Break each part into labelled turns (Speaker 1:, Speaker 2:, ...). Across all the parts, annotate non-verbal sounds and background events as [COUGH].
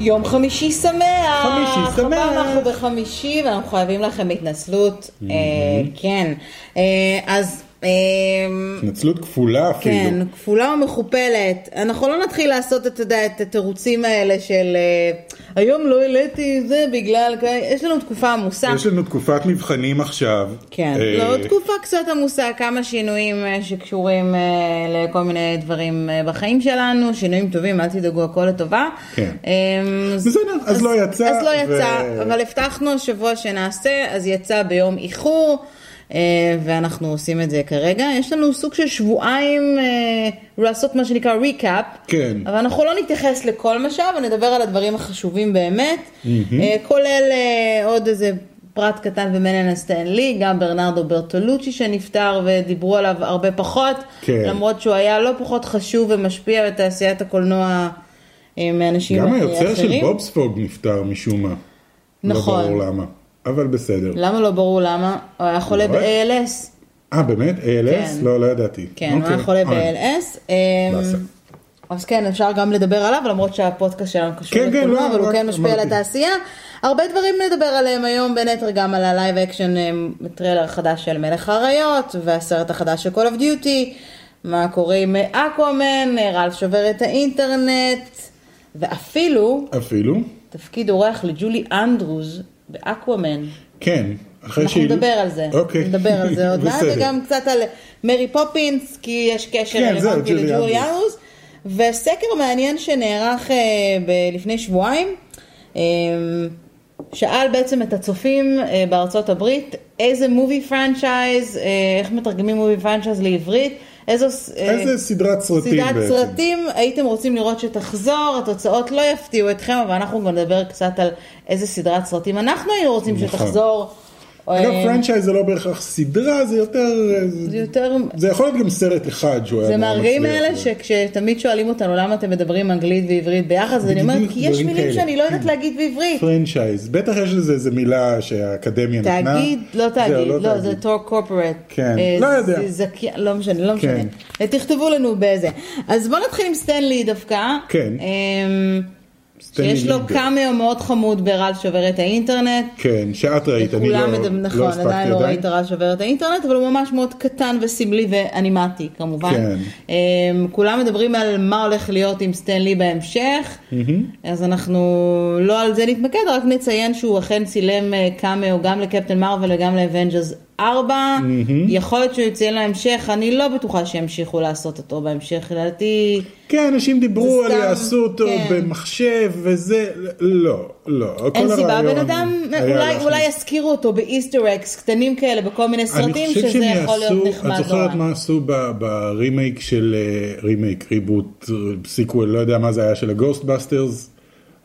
Speaker 1: יום חמישי שמח!
Speaker 2: חמישי שמח.
Speaker 1: הפעם אנחנו בחמישי ואנחנו חייבים לכם התנצלות.
Speaker 2: Mm-hmm.
Speaker 1: אה, כן. אה, אז... אה,
Speaker 2: התנצלות כפולה אפילו.
Speaker 1: כן, כפולה ומכופלת. אנחנו לא נתחיל לעשות, אתה יודע, את התירוצים האלה של אה, היום לא העליתי זה בגלל, כאלה." יש לנו תקופה עמוסה.
Speaker 2: יש לנו תקופת מבחנים עכשיו.
Speaker 1: כן,
Speaker 2: אה,
Speaker 1: לא תקופה קצת עמוסה, כמה שינויים אה, שקשורים אה, לכל מיני דברים אה, בחיים שלנו, שינויים טובים, אל תדאגו, הכל לטובה.
Speaker 2: כן.
Speaker 1: אה,
Speaker 2: בסדר, אז לא יצא,
Speaker 1: אז לא
Speaker 2: ו-
Speaker 1: יצא, אבל הבטחנו השבוע שנעשה, אז יצא ביום איחור, אה, ואנחנו עושים את זה כרגע. יש לנו סוג של שבועיים אה, לעשות מה שנקרא ריקאפ.
Speaker 2: כן.
Speaker 1: אבל אנחנו לא נתייחס לכל מה שהיה, ונדבר על הדברים החשובים באמת, אה, כולל אה, עוד איזה פרט קטן במנן הסטנלי, גם ברנרדו ברטולוצ'י שנפטר ודיברו עליו הרבה פחות,
Speaker 2: כן.
Speaker 1: למרות שהוא היה לא פחות חשוב ומשפיע בתעשיית הקולנוע אה, מאנשים
Speaker 2: גם
Speaker 1: אה,
Speaker 2: היוצר של
Speaker 1: אחרים.
Speaker 2: בובספוג נפטר משום מה.
Speaker 1: נכון.
Speaker 2: לא ברור למה. אבל בסדר.
Speaker 1: למה לא ברור למה? הוא היה חולה
Speaker 2: לא יודע.
Speaker 1: ב-ALS.
Speaker 2: אה, באמת? ALS?
Speaker 1: כן.
Speaker 2: לא, לא ידעתי.
Speaker 1: כן, הוא היה
Speaker 2: אוקיי.
Speaker 1: חולה
Speaker 2: אה,
Speaker 1: ב-ALS. אמ,
Speaker 2: באסה.
Speaker 1: אז כן, אפשר גם לדבר עליו, למרות שהפודקאסט שלנו קשור
Speaker 2: כן, כן,
Speaker 1: לכולנו,
Speaker 2: לא,
Speaker 1: אבל הוא
Speaker 2: רק
Speaker 1: כן משפיע על
Speaker 2: אמרתי.
Speaker 1: התעשייה. הרבה דברים נדבר עליהם היום, בין היתר גם על הלייב אקשן טריילר החדש של מלך האריות, והסרט החדש של Call of Duty, מה קורה עם אקוואמן, רל שובר את האינטרנט, ואפילו
Speaker 2: אפילו?
Speaker 1: תפקיד אורח לג'ולי אנדרוז באקוואמן.
Speaker 2: כן. אחרי
Speaker 1: אנחנו
Speaker 2: שהיא-
Speaker 1: נדבר על זה,
Speaker 2: אוקיי.
Speaker 1: נדבר על זה עוד מעט,
Speaker 2: [LAUGHS] בסדר.
Speaker 1: וגם קצת על מרי פופינס, כי יש קשר
Speaker 2: כן, זהו,
Speaker 1: רלוונטי
Speaker 2: ג'ולי
Speaker 1: לג'ולי
Speaker 2: אנדרוס.
Speaker 1: אנדרוס, וסקר מעניין שנערך אה, ב- לפני שבועיים, אה, שאל בעצם את הצופים אה, בארצות הברית, איזה מובי פרנצ'ייז, אה, איך מתרגמים מובי פרנצ'ייז לעברית, איזו... ס- אה,
Speaker 2: איזה סדרת סרטים
Speaker 1: סדרת
Speaker 2: בעצם.
Speaker 1: סרטים, הייתם רוצים לראות שתחזור, התוצאות לא יפתיעו אתכם, אבל אנחנו גם נדבר קצת על איזה סדרת סרטים אנחנו היינו רוצים
Speaker 2: נכון.
Speaker 1: שתחזור.
Speaker 2: אגב,
Speaker 1: אה,
Speaker 2: פרנצ'ייז זה לא בהכרח סדרה, זה יותר... אה,
Speaker 1: זה יותר,
Speaker 2: זה יכול להיות גם סרט אחד שהוא היה
Speaker 1: זה
Speaker 2: נורא
Speaker 1: מהרגעים
Speaker 2: מצליח.
Speaker 1: האלה שכשתמיד שואלים אותנו למה אתם מדברים אנגלית ועברית ביחד, אז אני אומרת,
Speaker 2: בדיוק
Speaker 1: כי יש
Speaker 2: דברים
Speaker 1: מילים
Speaker 2: כאלה. כן.
Speaker 1: שאני לא יודעת להגיד בעברית.
Speaker 2: פרנצ'ייז, בטח יש לזה איזה מילה שהאקדמיה נתנה.
Speaker 1: תאגיד, לא
Speaker 2: זהו,
Speaker 1: תאגיד, לא, זה
Speaker 2: תאגיד.
Speaker 1: טור קורפורט.
Speaker 2: כן, לא יודע.
Speaker 1: לא משנה, לא משנה.
Speaker 2: כן.
Speaker 1: תכתבו לנו באיזה. אז בואו נתחיל עם סטנלי דווקא.
Speaker 2: כן.
Speaker 1: אמ,
Speaker 2: סטנלי
Speaker 1: שיש לו
Speaker 2: ליבר.
Speaker 1: קאמיו מאוד חמוד ברל שובר את האינטרנט.
Speaker 2: כן, שאת ראית, אני לא,
Speaker 1: כולם מדבר-
Speaker 2: לא
Speaker 1: נכון,
Speaker 2: הספקתי
Speaker 1: עדיין לא ראית רעש עובר את האינטרנט, אבל הוא ממש מאוד קטן וסמלי ואנימטי כמובן.
Speaker 2: כן.
Speaker 1: אמ, כולם מדברים על מה הולך להיות עם סטנלי בהמשך, אז אנחנו לא על זה נתמקד, רק נציין שהוא אכן צילם אה, קאמאו גם לקפטן מרוויל וגם לאבנג'רס 4. יכול להיות שהוא יציין להמשך, אני לא בטוחה שימשיכו לעשות אותו בהמשך, לדעתי...
Speaker 2: כן, אנשים דיברו
Speaker 1: זה
Speaker 2: על
Speaker 1: סתם,
Speaker 2: יעשו אותו
Speaker 1: כן.
Speaker 2: במחשב וזה, לא, לא. כל
Speaker 1: אין סיבה,
Speaker 2: הרעיון
Speaker 1: בן אדם,
Speaker 2: היה
Speaker 1: אולי,
Speaker 2: להכניס-
Speaker 1: אולי יזכירו אותו באיסטר אקס קטנים כאלה בכל מיני סרטים,
Speaker 2: אני חושב
Speaker 1: שזה
Speaker 2: שהם
Speaker 1: יכול להיות
Speaker 2: יעשו,
Speaker 1: נחמד
Speaker 2: את זוכרת
Speaker 1: נורא.
Speaker 2: מה עשו ב- ברימייק של, אה, רימייק, ריבוט, אה, סיקוול, לא יודע מה זה היה, של הגוסטבאסטרס?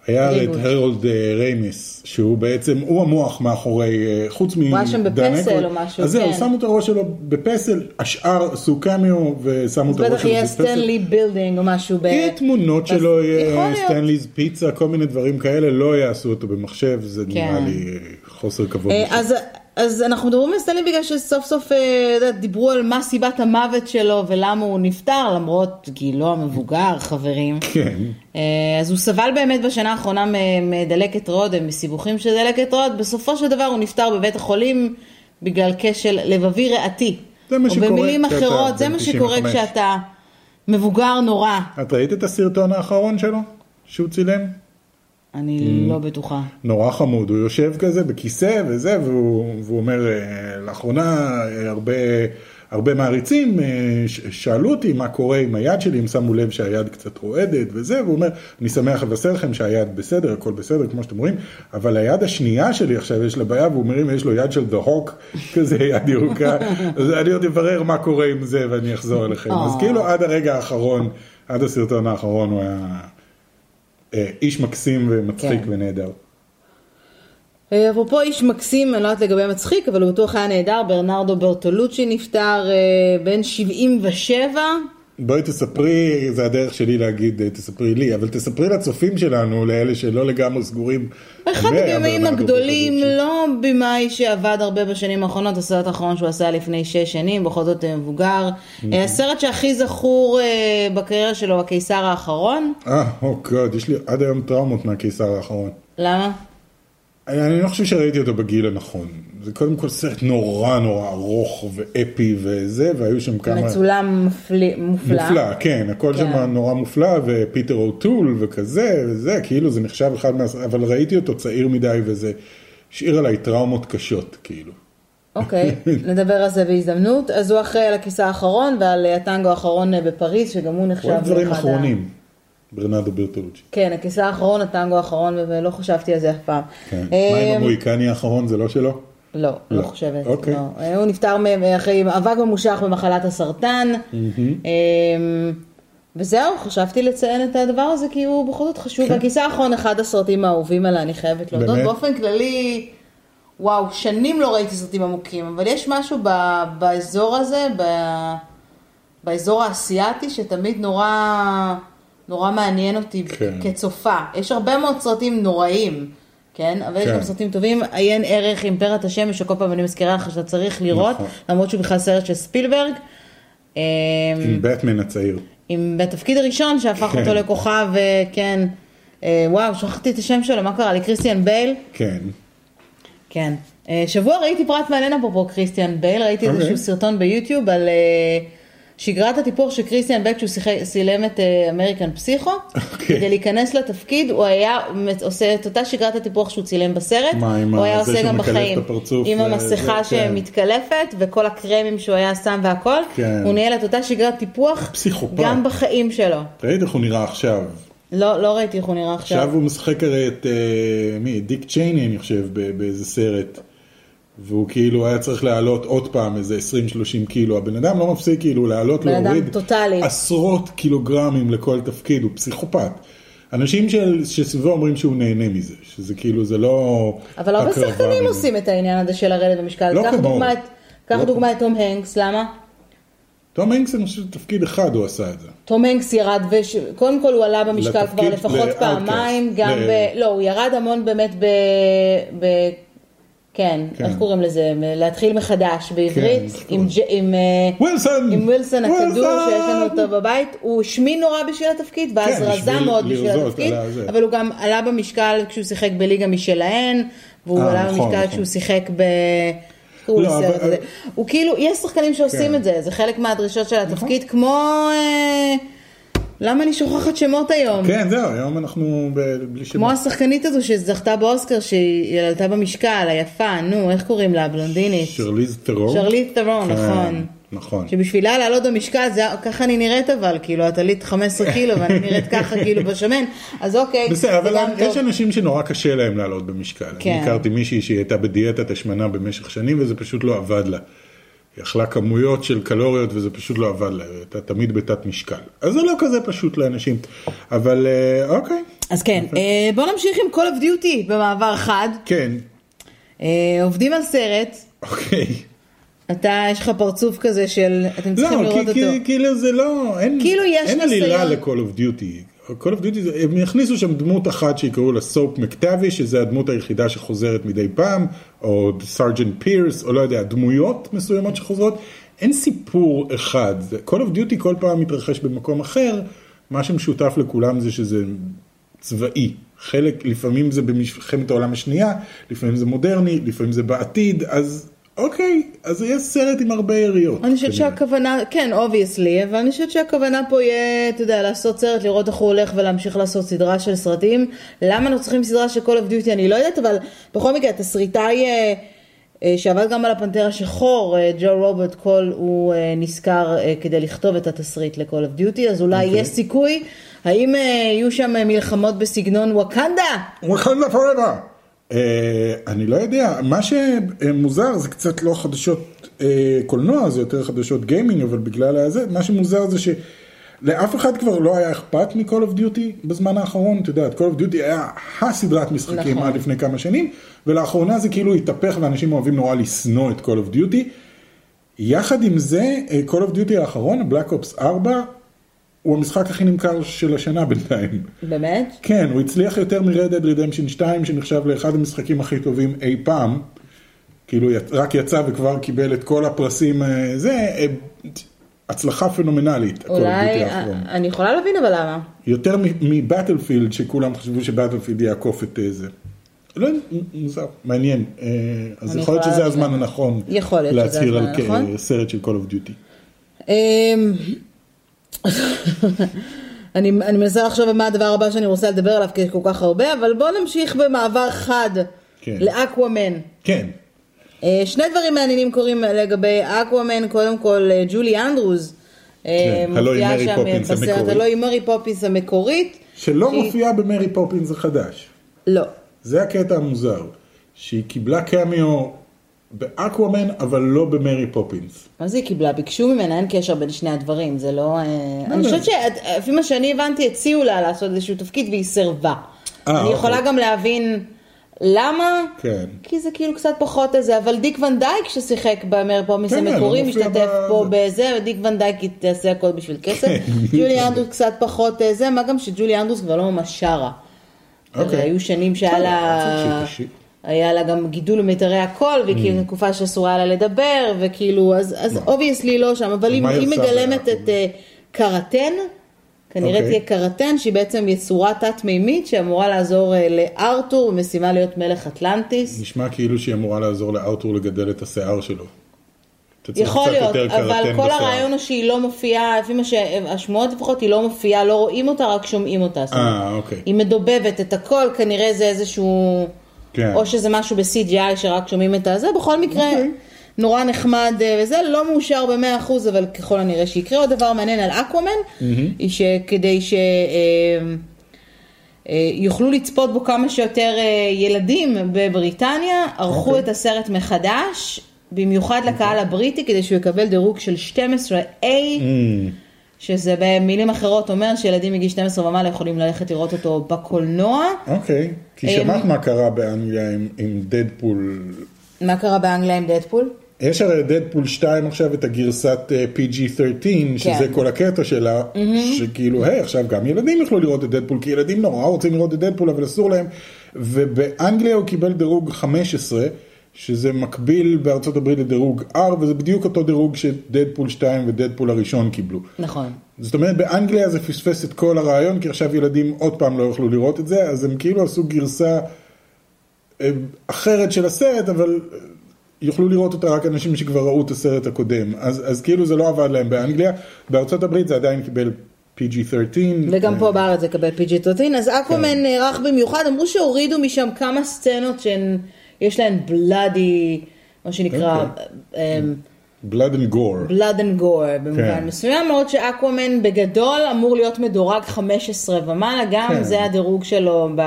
Speaker 2: היה הרי את
Speaker 1: ריבוט.
Speaker 2: הרולד אה, ריימיס, שהוא בעצם, הוא המוח מאחורי, אה, חוץ מ...
Speaker 1: היה שם בפסל
Speaker 2: דנקול.
Speaker 1: או משהו,
Speaker 2: אז זהו,
Speaker 1: כן.
Speaker 2: שמו את הראש שלו בפסל, השאר עשו קמיו ושמו את הראש
Speaker 1: בטח
Speaker 2: שלו
Speaker 1: יהיה
Speaker 2: בפסל.
Speaker 1: סטנלי בילדינג או משהו ב...
Speaker 2: יהיה תמונות שלו,
Speaker 1: יכול
Speaker 2: יהיה
Speaker 1: להיות.
Speaker 2: סטנליז פיצה, כל מיני דברים כאלה, לא יעשו אותו במחשב, זה נראה
Speaker 1: כן.
Speaker 2: לי אה, חוסר כבוד.
Speaker 1: אה, אז, אז אנחנו מדברים על סטנלי בגלל שסוף סוף אה, יודעת, דיברו על מה סיבת המוות שלו ולמה הוא נפטר, למרות גילו המבוגר, חברים.
Speaker 2: כן,
Speaker 1: אה, אז הוא סבל באמת בשנה האחרונה מ- מדלקת רוד, מסיבוכים של דלקת רוד, בסופו של דבר הוא נפטר בבית החולים בגלל כשל לבבי ריאתי.
Speaker 2: זה מה שקורה
Speaker 1: או במילים
Speaker 2: כשאתה
Speaker 1: אחרות,
Speaker 2: בן
Speaker 1: זה מה שקורה
Speaker 2: 95.
Speaker 1: כשאתה מבוגר נורא.
Speaker 2: את ראית את הסרטון האחרון שלו, שהוא צילם?
Speaker 1: אני
Speaker 2: Mm.
Speaker 1: לא בטוחה.
Speaker 2: נורא חמוד, הוא יושב כזה בכיסא וזה, והוא, והוא אומר, "אה, לאחרונה אה, הרבה, הרבה מעריצים אה, ש- שאלו אותי מה קורה עם היד שלי, הם שמו לב שהיד קצת רועדת וזה, והוא אומר, אני שמח לבשר לכם שהיד בסדר, הכל בסדר, כמו שאתם רואים, אבל היד השנייה שלי עכשיו יש לה בעיה, והוא אומר, אם יש לו יד של דהוק, [LAUGHS] כזה יד ירוקה, אז אני עוד אברר מה קורה עם זה ואני אחזור אליכם. אז
Speaker 1: אה.
Speaker 2: כאילו עד הרגע האחרון, עד הסרטון האחרון הוא היה... אה, איש מקסים ומצחיק
Speaker 1: כן.
Speaker 2: ונהדר.
Speaker 1: אה, אפרופו איש מקסים, אני לא יודעת לגבי מצחיק, אבל הוא בטוח היה נהדר, ברנרדו ברטולוצ'י נפטר אה, בן 77,
Speaker 2: בואי תספרי, זה הדרך שלי להגיד, אה, תספרי לי, אבל תספרי לצופים שלנו, לאלה שלא לגמרי סגורים.
Speaker 1: אחד
Speaker 2: על מי היה
Speaker 1: הבימאים
Speaker 2: ברנרדו
Speaker 1: הגדולים,
Speaker 2: ברטולוצ'י.
Speaker 1: לא במאי שעבד הרבה בשנים האחרונות, הסרט האחרון שהוא עשה לפני שש שנים, בכל זאת אה, מבוגר.
Speaker 2: Mm-hmm.
Speaker 1: אה, הסרט שהכי זכור אה, בקריירה שלו, הקיסר האחרון.
Speaker 2: אה, או גוד, יש לי עד היום טראומות מהקיסר האחרון.
Speaker 1: למה?
Speaker 2: אני, אני לא חושב שראיתי אותו בגיל הנכון. זה קודם כל סרט נורא נורא ארוך ואפי וזה, והיו שם כמה...
Speaker 1: מצולם מפלי- מופלא.
Speaker 2: מופלא, כן, הכל
Speaker 1: כן.
Speaker 2: שם נורא מופלא, ופיטר אוטול וכזה, וזה, כאילו זה נחשב אחד מה... אבל ראיתי אותו צעיר מדי וזה השאיר עליי טראומות קשות, כאילו. [LAUGHS]
Speaker 1: אוקיי, נדבר על זה בהזדמנות. אז הוא אחראי על הכיסא האחרון ועל אה, הטנגו האחרון אה, בפריז, שגם הוא נחשב
Speaker 2: הוא אוהב דברים
Speaker 1: לאחד ה-
Speaker 2: אחרונים, ברנרדו ברטולוצ'י.
Speaker 1: כן, הכיסא האחרון, הטנגו האחרון, ולא חשבתי על זה אף פעם.
Speaker 2: כן.
Speaker 1: אה,
Speaker 2: מה עם המוהיקני האחרון, זה לא שלו?
Speaker 1: לא,
Speaker 2: לא.
Speaker 1: לא חושבת.
Speaker 2: אוקיי.
Speaker 1: לא. אה, הוא נפטר מ- אחרי מאבק ממושך במחלת הסרטן. אה, וזהו, חשבתי לציין את הדבר הזה כי הוא בכל זאת חשוב.
Speaker 2: כן.
Speaker 1: והכיסא האחרון, אחד הסרטים האהובים עליי, אני חייבת להודות.
Speaker 2: באמת?
Speaker 1: באופן כללי, וואו, שנים לא ראיתי סרטים עמוקים, אבל יש משהו ב- באזור הזה, ב- באזור האסייתי, שתמיד נורא, נורא מעניין אותי
Speaker 2: כן.
Speaker 1: כצופה. יש הרבה מאוד סרטים נוראים, כן? אבל יש
Speaker 2: כן.
Speaker 1: גם סרטים טובים. עיין ערך אימפרת השמש, שכל פעם אני מזכירה לך שאתה צריך לראות,
Speaker 2: נכון.
Speaker 1: למרות שהוא בכלל סרט של ספילברג. אה,
Speaker 2: עם בטמן הצעיר.
Speaker 1: עם בתפקיד הראשון שהפך
Speaker 2: כן.
Speaker 1: אותו לכוכב, אה, כן. אה, וואו, שכחתי את השם שלו, מה קרה לי? קריסטיאן בייל?
Speaker 2: כן.
Speaker 1: כן. אה, שבוע ראיתי פרט מעניין אפרופו קריסטיאן בייל, ראיתי
Speaker 2: אוקיי.
Speaker 1: איזשהו סרטון ביוטיוב על אה, שגרת הטיפוח של קריסטיאן בייל כשהוא שיחק- צילם את אה, אמריקן פסיכו.
Speaker 2: אוקיי.
Speaker 1: כדי להיכנס לתפקיד הוא היה מצ- עושה את אותה שגרת הטיפוח שהוא צילם בסרט,
Speaker 2: מה, עם
Speaker 1: הוא היה
Speaker 2: זה
Speaker 1: עושה
Speaker 2: שהוא
Speaker 1: גם
Speaker 2: מקלף את
Speaker 1: בחיים,
Speaker 2: הפרצוף
Speaker 1: עם
Speaker 2: ו-
Speaker 1: המסכה
Speaker 2: זה, כן.
Speaker 1: שמתקלפת וכל הקרמים שהוא היה שם והכל,
Speaker 2: כן.
Speaker 1: הוא ניהל את אותה שגרת טיפוח
Speaker 2: פסיכופת.
Speaker 1: גם בחיים שלו.
Speaker 2: ראית איך הוא נראה עכשיו.
Speaker 1: לא לא ראיתי איך הוא נראה עכשיו.
Speaker 2: עכשיו הוא משחק הרי את, אה, מי? דיק צ'ייני, אני חושב, ב- באיזה סרט. והוא כאילו היה צריך להעלות עוד פעם איזה 20-30 קילו. הבן אדם לא מפסיק כאילו להעלות,
Speaker 1: בן אדם
Speaker 2: להוריד.
Speaker 1: טוטאלי.
Speaker 2: עשרות קילוגרמים לכל תפקיד, הוא פסיכופת. אנשים של, שסביבו אומרים שהוא נהנה מזה, שזה כאילו, זה לא...
Speaker 1: אבל הרבה
Speaker 2: הקרבה
Speaker 1: שחקנים
Speaker 2: ממנו.
Speaker 1: עושים את העניין הזה של לרדת במשקל.
Speaker 2: לא
Speaker 1: קח
Speaker 2: כמוהו.
Speaker 1: דוגמא את- קח
Speaker 2: לא
Speaker 1: דוגמא את תום הנקס, למה?
Speaker 2: תום הנקס, אני חושב שתפקיד אחד הוא עשה את זה.
Speaker 1: תום הנקס ירד, וש... קודם כל הוא עלה במשקל
Speaker 2: לתפקיד-
Speaker 1: כבר לפחות
Speaker 2: ל-Outcast.
Speaker 1: פעמיים, גם
Speaker 2: ל-
Speaker 1: ב... לא, הוא ירד המון באמת ב... ב... כן,
Speaker 2: כן.
Speaker 1: איך קוראים לזה? מ- להתחיל מחדש בעברית,
Speaker 2: איך
Speaker 1: עם,
Speaker 2: קוראים?
Speaker 1: ג'... עם, אה,
Speaker 2: ווילסון!
Speaker 1: עם ווילסון הכדור
Speaker 2: ווילסון!
Speaker 1: שיש לנו אותו בבית, הוא השמין נורא בשביל התפקיד, ואז
Speaker 2: כן,
Speaker 1: רזה
Speaker 2: בשביל
Speaker 1: מאוד בשביל
Speaker 2: לרזות
Speaker 1: התפקיד,
Speaker 2: על הזה.
Speaker 1: אבל הוא גם עלה במשקל כשהוא שיחק בליגה משלהן, והוא
Speaker 2: אה,
Speaker 1: עלה
Speaker 2: נכון,
Speaker 1: במשקל
Speaker 2: נכון.
Speaker 1: כשהוא שיחק ב... קראו
Speaker 2: לא,
Speaker 1: לסרט
Speaker 2: אבל-
Speaker 1: הזה. הוא כאילו, יש שחקנים שעושים
Speaker 2: כן. נכון.
Speaker 1: את זה, זה חלק מהדרישות של התפקיד, כמו... אה, למה אני שוכחת שמות היום?
Speaker 2: כן, זהו, היום אנחנו ב- בלי שמות.
Speaker 1: כמו השחקנית הזו שזכתה באוסקר, שהיא עלתה במשקל, היפה, נו, איך קוראים לה? הבלונדינית.
Speaker 2: שרליז טרור.
Speaker 1: שרליז טרון,
Speaker 2: כן,
Speaker 1: נכון.
Speaker 2: נכון.
Speaker 1: שבשבילה לעלות במשקל, זה, ככה אני נראית אבל, כאילו, את עלית 15 קילו ואני נראית ככה כאילו בשמן, אז אוקיי,
Speaker 2: בסדר,
Speaker 1: זה
Speaker 2: אבל
Speaker 1: גם
Speaker 2: יש
Speaker 1: טוב.
Speaker 2: אנשים שנורא קשה להם לעלות במשקל.
Speaker 1: כן.
Speaker 2: אני הכרתי מישהי שהיא הייתה בדיאטת השמנה במשך שנים וזה פשוט לא עבד לה. היא אכלה כמויות של קלוריות וזה פשוט לא עבד לה, היא הייתה תמיד בתת משקל. אז זה לא כזה פשוט לאנשים. אבל אה, אוקיי,
Speaker 1: אז כן, אה, בואו נמשיך עם Call of Duty במעבר חד.
Speaker 2: כן,
Speaker 1: אה, עובדים על סרט,
Speaker 2: אוקיי.
Speaker 1: אתה, יש לך פרצוף כזה של, אתם
Speaker 2: לא,
Speaker 1: צריכים לראות
Speaker 2: כי-
Speaker 1: אותו.
Speaker 2: כי- כאילו זה לא, אין
Speaker 1: כאילו יש
Speaker 2: אין עלילה
Speaker 1: ניסיון.
Speaker 2: ל-call of duty. call of duty, זה- הם יכניסו שם דמות אחת שיקראו לה סופ מקטבי, שזה הדמות היחידה שחוזרת מדי פעם, או סרג'נט פירס, או לא יודע, דמויות מסוימות שחוזרות. אין סיפור אחד. זה- call of duty כל פעם מתרחש במקום אחר, מה שמשותף לכולם זה שזה צבאי. חלק, לפעמים זה במלחמת העולם השנייה, לפעמים זה מודרני, לפעמים זה בעתיד, אז אוקיי, אז יש סרט עם הרבה יריות.
Speaker 1: אני חושבת
Speaker 2: כנראה.
Speaker 1: שהכוונה, כן, אובייסלי, אבל אני חושבת שהכוונה פה יהיה, אתה יודע, לעשות סרט, לראות איך הוא הולך ולהמשיך לעשות סדרה של סרטים. למה אנחנו צריכים סדרה של Call of Duty, אני לא יודעת, אבל בכל מקרה, התסריטאי אה, אה, שעבד גם על הפנתר השחור, אה, ג'ו רוברט קול, הוא אה, נזכר אה, כדי לכתוב את התסריט ל-Call of Duty, אז אולי
Speaker 2: אוקיי.
Speaker 1: יש סיכוי. האם אה, יהיו שם אה, מלחמות בסגנון ווקנדה?
Speaker 2: ווקנדה פוראבר. אני לא יודע, מה שמוזר זה קצת לא חדשות אה, קולנוע, זה יותר חדשות גיימינג, אבל בגלל הזה, מה שמוזר זה שלאף אחד כבר לא היה אכפת מ-call of duty בזמן האחרון, את יודעת, call of duty היה הסדרת משחקים
Speaker 1: נכון.
Speaker 2: עד לפני כמה שנים, ולאחרונה זה כאילו התהפך ואנשים אוהבים נורא לשנוא את call of duty. יחד עם זה, אה, call of duty האחרון, black ops 4, הוא המשחק הכי נמכר של השנה בינתיים.
Speaker 1: באמת?
Speaker 2: כן, הוא הצליח יותר מ-Red Dead Redemption 2, שנחשב לאחד המשחקים הכי טובים אי פעם. כאילו, י- רק יצא וכבר קיבל את כל הפרסים, אה, זה אה, הצלחה פנומנלית. הכל
Speaker 1: אולי, אה,
Speaker 2: ביטי האחרון.
Speaker 1: אני יכולה להבין אבל למה.
Speaker 2: יותר מ- מבטלפילד, שכולם חשבו שבטלפילד יעקוף את אה, זה. לא, יודע, מוזר, מעניין. אה, אז
Speaker 1: אני
Speaker 2: יכול להיות
Speaker 1: יכולה
Speaker 2: שזה
Speaker 1: להבין.
Speaker 2: הזמן הנכון.
Speaker 1: יכול להיות שזה
Speaker 2: להצהיר על
Speaker 1: הזמן
Speaker 2: כ-
Speaker 1: הנכון.
Speaker 2: סרט של Call of Duty.
Speaker 1: אמ, אני, אני מנסה לחשוב מה הדבר הבא שאני רוצה לדבר עליו, כי יש כל כך הרבה, אבל בואו נמשיך במעבר חד
Speaker 2: כן.
Speaker 1: לאקוואמן.
Speaker 2: כן,
Speaker 1: אה, שני דברים מעניינים קורים לגבי אקוואמן, קודם כל אה, ג'ולי אנדרוס. אה,
Speaker 2: כן, הלוא היא
Speaker 1: מופיעה
Speaker 2: מרי
Speaker 1: שם, אה,
Speaker 2: פופינס
Speaker 1: בסרט,
Speaker 2: המקורית.
Speaker 1: הלוא היא מרי פופינס המקורית.
Speaker 2: שלא
Speaker 1: שהיא-
Speaker 2: מופיעה במרי פופינס החדש.
Speaker 1: לא.
Speaker 2: זה הקטע המוזר, שהיא קיבלה קמיו באקוואמן, אבל לא במרי פופינס.
Speaker 1: מה זה היא קיבלה? ביקשו ממנה, אין קשר בין שני הדברים, זה לא... אה,
Speaker 2: לא,
Speaker 1: אני
Speaker 2: לא.
Speaker 1: חושבת שלפי מה שאני הבנתי, הציעו לה לעשות איזשהו תפקיד והיא סירבה.
Speaker 2: אה,
Speaker 1: אני
Speaker 2: אוקיי.
Speaker 1: יכולה גם להבין למה,
Speaker 2: כן.
Speaker 1: כי זה כאילו קצת פחות איזה, אבל דיק ונדייק ששיחק במר פומיס
Speaker 2: כן, כן,
Speaker 1: המקורי,
Speaker 2: הוא מופיע
Speaker 1: משתתף
Speaker 2: ב- כן.
Speaker 1: פה בזה, ודיק ונדייק תעשה הכל בשביל
Speaker 2: [LAUGHS]
Speaker 1: כסף. ג'ולי אנדרוס קצת פחות אה, זה, מה גם שג'ולי אנדרוס כבר לא ממש שרה.
Speaker 2: אוקיי.
Speaker 1: היו שנים שהיה
Speaker 2: בסדר,
Speaker 1: לה...
Speaker 2: אז תמשיכי.
Speaker 1: היה לה גם גידול במיתרי הקול, והיא
Speaker 2: Mm.
Speaker 1: כאילו תקופה שאסורה לה לדבר, וכאילו, אז- אז
Speaker 2: מה?
Speaker 1: אובייסלי לא שם, אבל
Speaker 2: אז
Speaker 1: היא
Speaker 2: נכון. מה היא
Speaker 1: היא
Speaker 2: עושה
Speaker 1: מגלמת
Speaker 2: בעכו"ם?
Speaker 1: את אה, קראטן, כנראה
Speaker 2: אוקיי.
Speaker 1: תהיה קראטן, שהיא בעצם יצורה תת-מימית שאמורה לעזור אה, לארתור, במשימה להיות מלך אטלנטיס.
Speaker 2: נשמע כאילו שהיא אמורה לעזור לארתור לגדל את השיער שלו. אתה צריך
Speaker 1: יכול
Speaker 2: קצת
Speaker 1: להיות,
Speaker 2: יותר
Speaker 1: אבל
Speaker 2: קרטן
Speaker 1: כל
Speaker 2: בשיער.
Speaker 1: הרעיון הוא שהיא לא מופיעה, לפי מה שהשמועות לפחות, היא לא מופיעה, לא רואים אותה, רק שומעים אותה. זאת אומרת,
Speaker 2: אה, אוקיי.
Speaker 1: היא מדובבת את הכל, כנראה זה איזשהו...
Speaker 2: כן.
Speaker 1: או שזה משהו ב-CGI שרק שומעים את הזה, בכל מקרה, נורא נחמד אה, וזה, לא מאושר ב-100%, אבל ככל הנראה שיקרה. עוד דבר מעניין על אקוואמן, היא שכדי ש... אה, אה, יוכלו לצפות בו כמה שיותר אה, ילדים בבריטניה, ערכו את הסרט מחדש, במיוחד לקהל הבריטי, כדי שהוא יקבל דירוג של 12A, שזה במילים אחרות אומר שילדים מגיל 12 ומעלה יכולים ללכת לראות אותו בקולנוע.
Speaker 2: אוקיי, כי
Speaker 1: אה,
Speaker 2: שמעת מה קרה באנגליה עם- עם דדפול.
Speaker 1: מה קרה באנגליה עם דדפול?
Speaker 2: יש הרי דדפול 2 עכשיו את הגרסת אה, PG-13, שזה כל הקטע שלה, שכאילו, היי, עכשיו גם ילדים יוכלו לראות את דדפול, כי ילדים נורא רוצים לראות את דדפול, אבל אסור להם. ובאנגליה הוא קיבל דירוג 15, שזה מקביל בארצות הברית לדירוג R, וזה בדיוק אותו דירוג שדדפול 2 ודדפול הראשון קיבלו.
Speaker 1: נכון.
Speaker 2: זאת אומרת, באנגליה זה פספס את כל הרעיון, כי עכשיו ילדים עוד פעם לא יוכלו לראות את זה, אז הם כאילו עשו גרסה אה, אחרת של הסרט, אבל אה, יוכלו לראות אותה רק אנשים שכבר ראו את הסרט הקודם. אז, אז כאילו זה לא עבד להם באנגליה. בארצות הברית זה עדיין קיבל PG-13.
Speaker 1: וגם
Speaker 2: אה,
Speaker 1: פה בארץ זה קבל פיג'י טוטין, אז
Speaker 2: כן.
Speaker 1: אקוואמן נערך במיוחד, אמרו שהורידו משם כמה סצנות שהן, יש להן בלאדי, מה שנקרא,
Speaker 2: אוקיי.
Speaker 1: אמ,
Speaker 2: Blood and Gore.
Speaker 1: blood and gore במובן
Speaker 2: כן.
Speaker 1: מסוים, למרות שאקוואמן בגדול אמור להיות מדורג 15 ומעלה, גם
Speaker 2: כן.
Speaker 1: זה הדירוג שלו ב...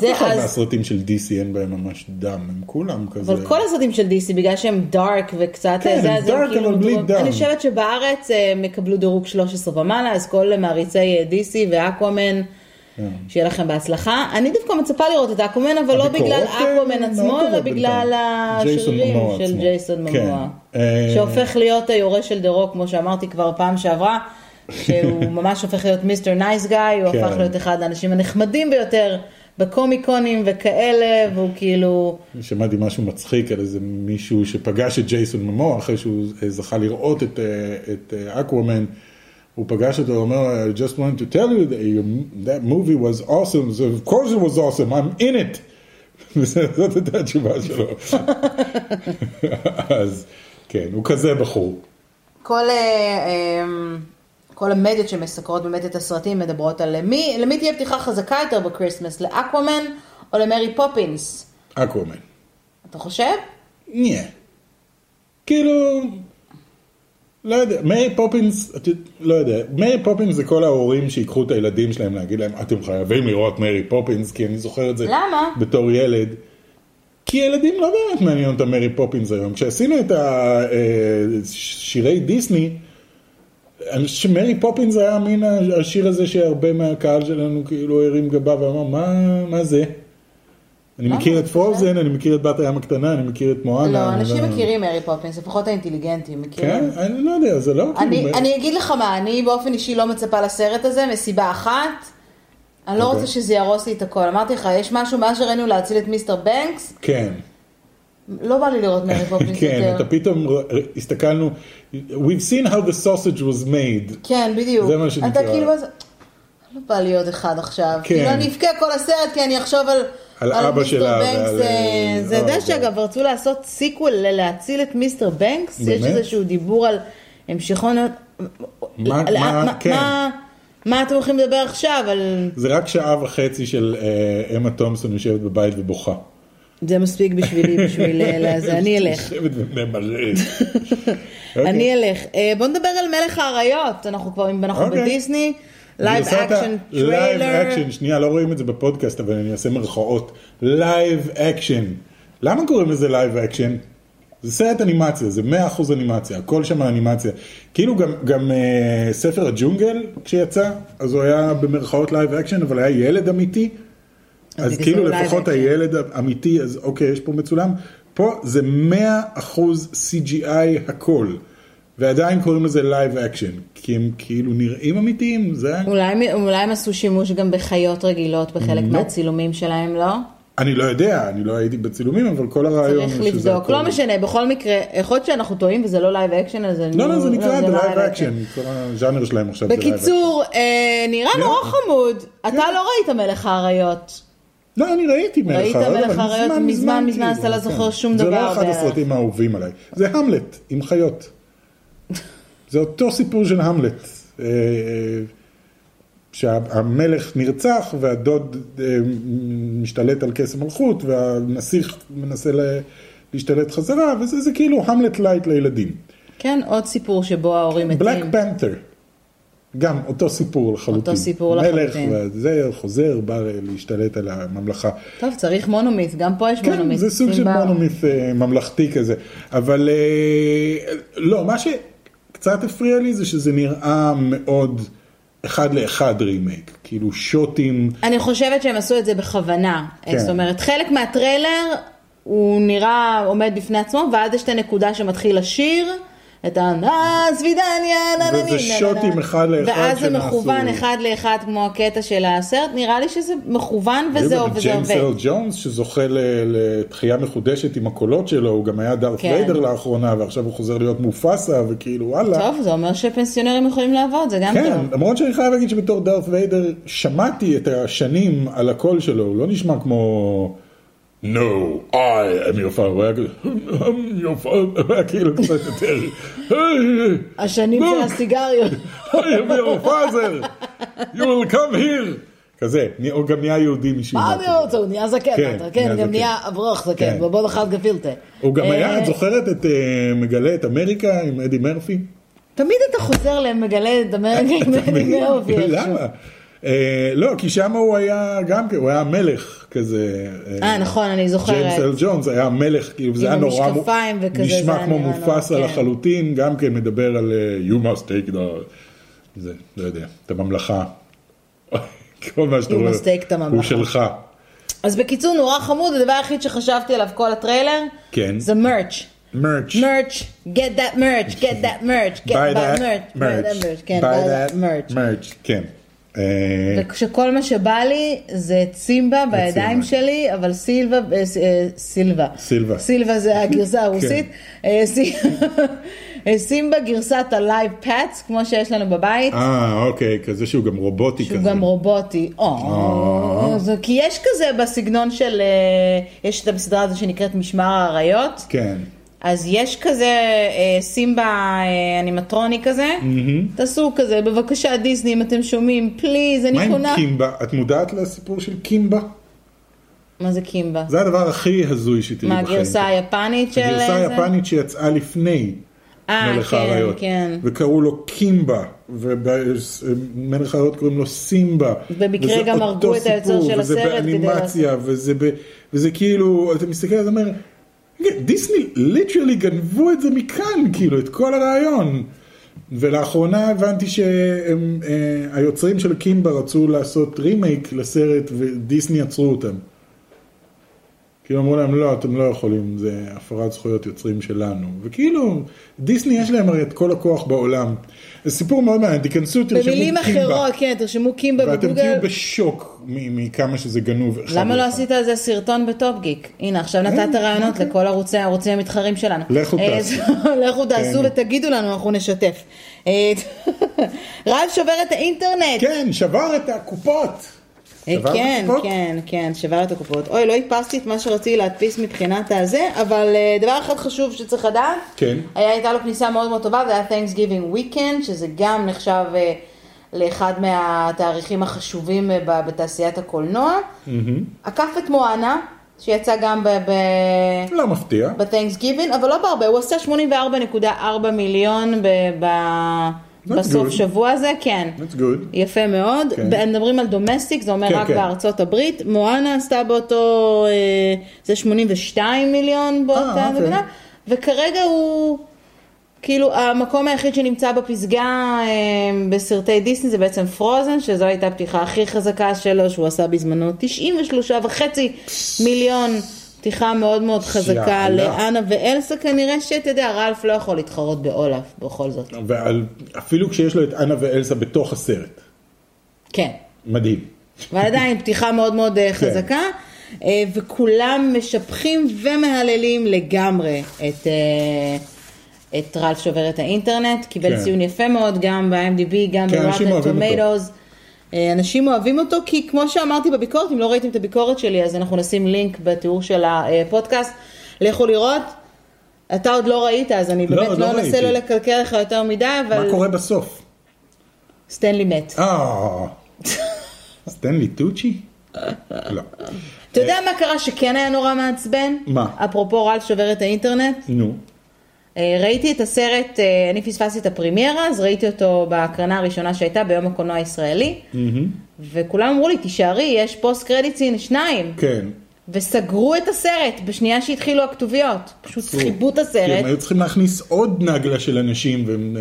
Speaker 1: זה
Speaker 2: אף אחד
Speaker 1: אז,
Speaker 2: מהסרטים של DC אין בהם ממש דם, הם כולם כזה.
Speaker 1: אבל כל הסרטים של DC בגלל שהם דארק וקצת
Speaker 2: כן,
Speaker 1: זה,
Speaker 2: הם
Speaker 1: אז הם
Speaker 2: dark,
Speaker 1: כאילו
Speaker 2: אבל בלי
Speaker 1: מדורג-
Speaker 2: דם.
Speaker 1: אני חושבת שבארץ אה, הם יקבלו דירוג 13 ומעלה, אז כל מעריצי אה, DC ואקוואמן,
Speaker 2: כן.
Speaker 1: שיהיה לכם בהצלחה. אני דווקא מצפה לראות את אקוואמן, אבל לא
Speaker 2: הביקורות,
Speaker 1: בגלל
Speaker 2: אה,
Speaker 1: אקוואמן
Speaker 2: מאוד
Speaker 1: עצמו, אלא
Speaker 2: טובות
Speaker 1: בגלל
Speaker 2: בינתיים. ג'ייסון
Speaker 1: השרירים
Speaker 2: ממואה
Speaker 1: של
Speaker 2: עצמו.
Speaker 1: ג'ייסון
Speaker 2: כן.
Speaker 1: ממואה.
Speaker 2: אה,
Speaker 1: שהופך להיות היורה של דה רוק, כמו שאמרתי כבר פעם שעברה,
Speaker 2: [LAUGHS]
Speaker 1: שהוא ממש הופך להיות מיסטר נייס גאי, הוא
Speaker 2: כן.
Speaker 1: הפך להיות אחד האנשים הנחמדים ביותר בקומיקונים וכאלה, והוא כאילו...
Speaker 2: שמעתי משהו מצחיק על איזה מישהו שפגש את ג'ייסון ממוע אחרי שהוא אה, זכה לראות את, אה, את אקוומן. הוא פגש אותו, הוא אומר, I just wanted to tell you that, your- that movie was awesome, so of course it was awesome, I'm in it. [LAUGHS] וזה- זאת הייתה התשובה שלו. [LAUGHS] אז כן, הוא כזה בחור.
Speaker 1: כל, אה, אמ, כל המדיות שמסקרות באמת את הסרטים מדברות על למי, למי תהיה פתיחה חזקה יותר בקריסמס, לאקוואמן או למרי פופינס,
Speaker 2: אקוומן.
Speaker 1: אתה חושב?
Speaker 2: ניה. כאילו, לא יודע, מאיר פופינס, את יודעת, לא יודע, מאיר פופינס זה כל ההורים שיקחו את הילדים שלהם להגיד להם, אתם חייבים לראות מארי פופינס, כי אני זוכר את זה
Speaker 1: למה?
Speaker 2: בתור ילד. כי ילדים לא באמת מעניין אותם מארי פופינס היום. כשעשינו את השירי דיסני, אני חושב שמרי פופינס היה מין השיר הזה שהרבה מהקהל שלנו כאילו הרים גבה ואמר, מה, מה זה? אני
Speaker 1: למה?
Speaker 2: מכיר את פרוזן, אני מכיר את בת הים הקטנה, אני מכיר את מואנה.
Speaker 1: לא,
Speaker 2: אני
Speaker 1: אנשים מכירים הארי פופינס, לפחות האינטליגנטים מכירים.
Speaker 2: כן? אני לא יודע, זה לא...
Speaker 1: אני,
Speaker 2: כאילו-
Speaker 1: אני אגיד לך מה, אני באופן אישי לא מצפה לסרט הזה, מסיבה אחת. אני לא
Speaker 2: אוקיי.
Speaker 1: רוצה שזה יהרוס לי את הכל. אמרתי לך, יש משהו, מאז שראינו להציל את מיסטר בנקס,
Speaker 2: כן.
Speaker 1: לא בא לי לראות [LAUGHS] מארי פופינס
Speaker 2: כן, אתה
Speaker 1: יותר.
Speaker 2: פתאום ר- הסתכלנו, We've seen how the sausage was made.
Speaker 1: כן, בדיוק.
Speaker 2: זה מה שנקרא.
Speaker 1: אתה כאילו... אז- לא בא לי עוד אחד עכשיו.
Speaker 2: כן.
Speaker 1: כאילו, אני אבכה כל הסרט כי אני אחשוב על...
Speaker 2: על אבא
Speaker 1: מיסטר
Speaker 2: שלה
Speaker 1: בנקס,
Speaker 2: ועל,
Speaker 1: אה,
Speaker 2: אה,
Speaker 1: זה
Speaker 2: אה,
Speaker 1: יודע שאגב, רצו לעשות סיקוול להציל את מיסטר בנקס? יש
Speaker 2: באמת?
Speaker 1: איזשהו דיבור על המשכון...
Speaker 2: מה-
Speaker 1: על-
Speaker 2: מה- כן.
Speaker 1: מה- מה אתם הולכים לדבר עכשיו? על...
Speaker 2: זה רק שעה וחצי של אה, אמה תומפסון יושבת בבית ובוכה.
Speaker 1: זה מספיק בשבילי, בשביל... אה, זה, אני אלך.
Speaker 2: [LAUGHS] יושבת וממלאת.
Speaker 1: [LAUGHS]
Speaker 2: אוקיי.
Speaker 1: אני אלך. אה, בוא נדבר על מלך האריות, אנחנו כבר, אם אנחנו
Speaker 2: אוקיי.
Speaker 1: בדיסני,
Speaker 2: אני
Speaker 1: לייב
Speaker 2: עושה את ה-
Speaker 1: אקשן
Speaker 2: Live
Speaker 1: טריילר.
Speaker 2: action, שנייה, לא רואים את זה בפודקאסט, אבל אני אעשה מרכאות. Live action. למה קוראים לזה live action? זה סרט אנימציה, זה 100% אנימציה, הכל שם אנימציה. כאילו גם, גם אה, ספר הג'ונגל, כשיצא, אז הוא היה במרכאות live action, אבל היה ילד אמיתי. אז
Speaker 1: בגלל
Speaker 2: כאילו
Speaker 1: זה הוא live
Speaker 2: לפחות
Speaker 1: action.
Speaker 2: הילד אמיתי, אז אוקיי, יש פה מצולם. פה זה 100% CGI הכל. ועדיין קוראים לזה live action, כי הם כאילו נראים אמיתיים, זה...
Speaker 1: אולי מ- אולי הם עשו שימוש גם בחיות רגילות בחלק מהצילומים שלהם, לא?
Speaker 2: אני לא יודע, אני לא הייתי בצילומים, אבל כל הרעיון
Speaker 1: צריך
Speaker 2: הוא שזה...
Speaker 1: לבדוק.
Speaker 2: הכל-
Speaker 1: לא משנה, בכל מקרה, יכול להיות שאנחנו טועים וזה לא לייב אקשן, אז אני...
Speaker 2: לא, לא, זה נקרא
Speaker 1: לא,
Speaker 2: The
Speaker 1: לא
Speaker 2: Live
Speaker 1: live
Speaker 2: Action, כל הז'אנר שלהם עכשיו זה Live Action. לא. כן.
Speaker 1: בקיצור, אה, נראה
Speaker 2: נראה.
Speaker 1: נורא חמוד. אתה לא ראית מלך האריות.
Speaker 2: לא, אני ראיתי מלך
Speaker 1: ראית
Speaker 2: האריות, אבל
Speaker 1: מלך האריות
Speaker 2: מזמן,
Speaker 1: מזמן, מזמן,
Speaker 2: כאילו,
Speaker 1: אז אתה לא
Speaker 2: כן.
Speaker 1: זוכר שום
Speaker 2: זה
Speaker 1: דבר
Speaker 2: לא אחד
Speaker 1: בערך.
Speaker 2: הסרטים האהובים עליי, זה המלט עם חיות. זה אותו סיפור של המלט. אה, אה, שהמלך נרצח והדוד אה, משתלט על כס המלכות והנסיך מנסה ל- להשתלט חזרה וזה זה כאילו המלט לייט לילדים.
Speaker 1: כן, עוד סיפור שבו ההורים
Speaker 2: בלק
Speaker 1: מתים.
Speaker 2: פנתר. גם אותו סיפור לחלוטין.
Speaker 1: כן. אותו סיפור לחלוטין.
Speaker 2: מלך וזה חוזר, בא להשתלט על הממלכה.
Speaker 1: טוב, צריך מונומית, גם פה יש
Speaker 2: כן,
Speaker 1: מונומית.
Speaker 2: זה סוג של
Speaker 1: שים בה.
Speaker 2: מונומית אה, ממלכתי כזה. אבל אה, לא, מה שקצת הפריע לי זה שזה נראה מאוד אחד לאחד רימייק. כאילו שוטים.
Speaker 1: אני חושבת שהם עשו את זה בכוונה.
Speaker 2: כן.
Speaker 1: זאת אומרת, חלק מהטריילר הוא נראה עומד בפני עצמו, ואז יש את הנקודה שמתחיל השיר, את ה... עזבי דניה, נה נה נה
Speaker 2: וזה שוטים אחד לאחד
Speaker 1: ואז זה
Speaker 2: שנעשו.
Speaker 1: מכוון אחד לאחד כמו הקטע של הסרט, נראה לי שזה מכוון וזה וזה
Speaker 2: ג'יימס
Speaker 1: עובד.
Speaker 2: ארל ג'ונס שזוכה ל- לתחייה מחודשת עם הקולות שלו, הוא גם היה דארט
Speaker 1: כן.
Speaker 2: ויידר לאחרונה ועכשיו הוא חוזר להיות מופסה וכאילו וואלה.
Speaker 1: טוב, זה אומר שפנסיונרים יכולים לעבוד, זה גם
Speaker 2: כן,
Speaker 1: טוב.
Speaker 2: למרות שאני חייב להגיד שבתור דארת ויידר שמעתי את השנים על הקול שלו, הוא לא נשמע כמו... No, I am your father, הוא היה כזה, I'm your father, הוא היה כאילו קצת יותר, "Hey,
Speaker 1: השנים של
Speaker 2: בוק. [LAUGHS]
Speaker 1: הסיגריות.
Speaker 2: I am your father, you will come here, כזה, נה- הוא גם נהיה יהודי משום
Speaker 1: מה אני
Speaker 2: כזה.
Speaker 1: רוצה, הוא נהיה זקן,
Speaker 2: כן,
Speaker 1: אתה-
Speaker 2: נהיה
Speaker 1: כן,
Speaker 2: זקן.
Speaker 1: גם נהיה אברוך זקן,
Speaker 2: כן.
Speaker 1: ובוא נחת גפילטה.
Speaker 2: הוא גם היה,
Speaker 1: אה,
Speaker 2: את זוכרת את אה, מגלה את אמריקה עם אדי מרפי?
Speaker 1: תמיד אתה חוזר למגלה את [LAUGHS]
Speaker 2: [LAUGHS]
Speaker 1: אמריקה, אני מאובי.
Speaker 2: למה? אה, לא, כי שם הוא היה גם כן, הוא היה מלך כזה.
Speaker 1: אה, נכון, אני
Speaker 2: ג'יימס
Speaker 1: זוכרת.
Speaker 2: אל ג'ונס היה מלך, כאילו זה
Speaker 1: עם
Speaker 2: היה נורא, מ-
Speaker 1: המשקפיים וכזה, זה
Speaker 2: נשמע
Speaker 1: היה
Speaker 2: כמו
Speaker 1: נראה נורא,
Speaker 2: מופס
Speaker 1: כן.
Speaker 2: לחלוטין, גם כן מדבר על אה, you must take the, זה, לא יודע, את הממלכה, [LAUGHS] כל מה שאתה
Speaker 1: You
Speaker 2: רואה,
Speaker 1: must take את
Speaker 2: הוא
Speaker 1: הממלכה.
Speaker 2: שלך,
Speaker 1: אז בקיצור, נורא חמוד, הדבר היחיד שחשבתי עליו כל הטריילר,
Speaker 2: כן.
Speaker 1: זה מרץ'.
Speaker 2: מרץ',
Speaker 1: מרץ', get that merch, get that merch, get
Speaker 2: buy
Speaker 1: that
Speaker 2: that
Speaker 1: merch, כן, buy that merch, כן, buy that
Speaker 2: merch,
Speaker 1: merch.
Speaker 2: merch, כן, אה,
Speaker 1: שכל מה שבא לי זה את סימבה בידיים שלי, אבל סילבה, אה, ס- אה, סילבה.
Speaker 2: סילבה.
Speaker 1: סילבה [LAUGHS] זה הגרסה הרוסית. אה, סי- [LAUGHS] אה, סימבה גרסת הלייב פאץ, כמו שיש לנו בבית.
Speaker 2: אה, אוקיי, כזה שהוא גם רובוטי
Speaker 1: שהוא
Speaker 2: כזה.
Speaker 1: גם רובוטי. או,
Speaker 2: אה.
Speaker 1: זה- כי יש כזה בסגנון של, אה, יש את הסדרה הזו שנקראת משמר האריות,
Speaker 2: כן.
Speaker 1: אז יש כזה אה, סימבה אה, אנימטרוני כזה, תעשו כזה, בבקשה דיסני אם אתם שומעים, פליז,
Speaker 2: מה
Speaker 1: אני
Speaker 2: עם
Speaker 1: פונה.
Speaker 2: קימבה? את מודעת לסיפור של קימבה?
Speaker 1: מה זה קימבה?
Speaker 2: זה הדבר הכי הזוי שתראי
Speaker 1: מה
Speaker 2: בחיים.
Speaker 1: הגרסה היפנית של אה,
Speaker 2: הגרסה
Speaker 1: זה?
Speaker 2: היפנית שיצאה לפני
Speaker 1: אה,
Speaker 2: מלך
Speaker 1: כן,
Speaker 2: האריות.
Speaker 1: כן.
Speaker 2: וקראו לו קימבה, ובמלך האריות קוראים לו סימבה.
Speaker 1: במקרה
Speaker 2: וזה
Speaker 1: גם הרגו
Speaker 2: אותו
Speaker 1: את היוצר
Speaker 2: סיפור,
Speaker 1: של הסרט
Speaker 2: וזה
Speaker 1: כדי
Speaker 2: באנימציה, וזה, ב, וזה כאילו, אתה מסתכל אתה אומר, "רגע, דיסני ליטרלי גנבו את זה מכאן, כאילו, את כל הרעיון. ולאחרונה הבנתי אה, שהיוצרים של קימבה רצו לעשות רימייק לסרט ודיסני עצרו אותם. כאילו אמרו להם, לא, אתם לא יכולים, זה הפרת זכויות יוצרים שלנו. וכאילו, דיסני יש להם הרי את כל הכוח בעולם. זה סיפור מאוד מעניין, תיכנסו, תרשמו קימבה.
Speaker 1: במילים אחרות, כן, תרשמו קימבה
Speaker 2: ואתם
Speaker 1: בגוגל.
Speaker 2: תהיו בשוק מ- מכמה שזה גנוב. אחד
Speaker 1: למה לא
Speaker 2: לאחד.
Speaker 1: עשית על זה סרטון בטופ גיק? הנה, עכשיו נתת רעיונות לכל ערוצי הערוצים המתחרים שלנו.
Speaker 2: כן, אוקיי. לכו
Speaker 1: אה,
Speaker 2: תעשו.
Speaker 1: זהו, [LAUGHS] לכו תעשו
Speaker 2: כן.
Speaker 1: ותגידו לנו, אנחנו נשתף. אה, [LAUGHS] רז שובר את האינטרנט.
Speaker 2: כן, שבר את הקופות.
Speaker 1: אה,
Speaker 2: שבר את
Speaker 1: כן,
Speaker 2: הקופות?
Speaker 1: כן, כן, שבר את הקופות. אוי, לא הדפסתי את מה שרציתי להדפיס מבחינת הזה, אבל אה, דבר אחד חשוב שצריך לדעת,
Speaker 2: כן.
Speaker 1: היה הייתה לו כניסה מאוד מאוד טובה, זה היה Thanksgiving Weekend, שזה גם נחשב אה, לאחד מהתאריכים החשובים אה, ב- בתעשיית הקולנוע. עקף את מואנה, שיצא גם
Speaker 2: לא מפתיע.
Speaker 1: ב-Thanksgiving, אבל לא בהרבה, הוא עשה 84.4 מיליון ב- ב-
Speaker 2: That's
Speaker 1: בסוף
Speaker 2: good.
Speaker 1: שבוע הזה, כן.
Speaker 2: That's good.
Speaker 1: יפה מאוד,
Speaker 2: כן.
Speaker 1: כן. מדברים על דומסטיק, זה אומר
Speaker 2: כן,
Speaker 1: רק
Speaker 2: כן.
Speaker 1: בארצות הברית, מואנה עשתה באותו, אה, זה 82 מיליון באותה
Speaker 2: אוקיי.
Speaker 1: מדינה, וכרגע הוא, כאילו המקום היחיד שנמצא בפסגה אה, בסרטי דיסני זה בעצם פרוזן, שזו הייתה הפתיחה הכי חזקה שלו, שהוא עשה בזמנו 93 וחצי מיליון. פתיחה מאוד מאוד חזקה
Speaker 2: יאללה.
Speaker 1: לאנה ואלסה כנראה שאתה יודע, רלף לא יכול להתחרות באולף בכל זאת.
Speaker 2: ועל, אפילו כשיש לו את אנה ואלסה בתוך הסרט.
Speaker 1: כן.
Speaker 2: מדהים.
Speaker 1: אבל עדיין פתיחה מאוד מאוד אה,
Speaker 2: כן.
Speaker 1: חזקה, אה, וכולם משבחים ומהללים לגמרי את, אה, את רלף שובר את האינטרנט, קיבל
Speaker 2: כן.
Speaker 1: ציון יפה מאוד גם ב-MDB, גם
Speaker 2: כן, אנשים
Speaker 1: ב-Rotten
Speaker 2: אוהבים אותו.
Speaker 1: Tomatoes. אה, אנשים אוהבים אותו כי כמו שאמרתי בביקורת, אם לא ראיתם את הביקורת שלי אז אנחנו נשים לינק בתיאור של הפודקאסט, לכו לראות. אתה עוד לא ראית אז אני
Speaker 2: לא,
Speaker 1: באמת
Speaker 2: לא
Speaker 1: לא אנסה
Speaker 2: ראיתי.
Speaker 1: לא לקלקל לך יותר מדי,
Speaker 2: מה
Speaker 1: אבל
Speaker 2: קורה בסוף?
Speaker 1: סטנלי מת.
Speaker 2: אה, [LAUGHS] סטנלי טוצ'י? לא.
Speaker 1: אתה יודע מה קרה שכן היה נורא מעצבן?
Speaker 2: מה?
Speaker 1: אפרופו רלף שובר את האינטרנט.
Speaker 2: נו.
Speaker 1: אה, ראיתי את הסרט, אה, אני פספסתי את הפרימיירה, אז ראיתי אותו בהקרנה הראשונה שהייתה ביום הקולנוע הישראלי, וכולם אמרו לי, תישארי, יש פוסט קרדיט סין שניים,
Speaker 2: כן.
Speaker 1: וסגרו את הסרט בשנייה שהתחילו הכתוביות, פשוט חיבו את
Speaker 2: כי כן, הם
Speaker 1: הסרט,
Speaker 2: היו צריכים להכניס עוד נגלה של אנשים, והם...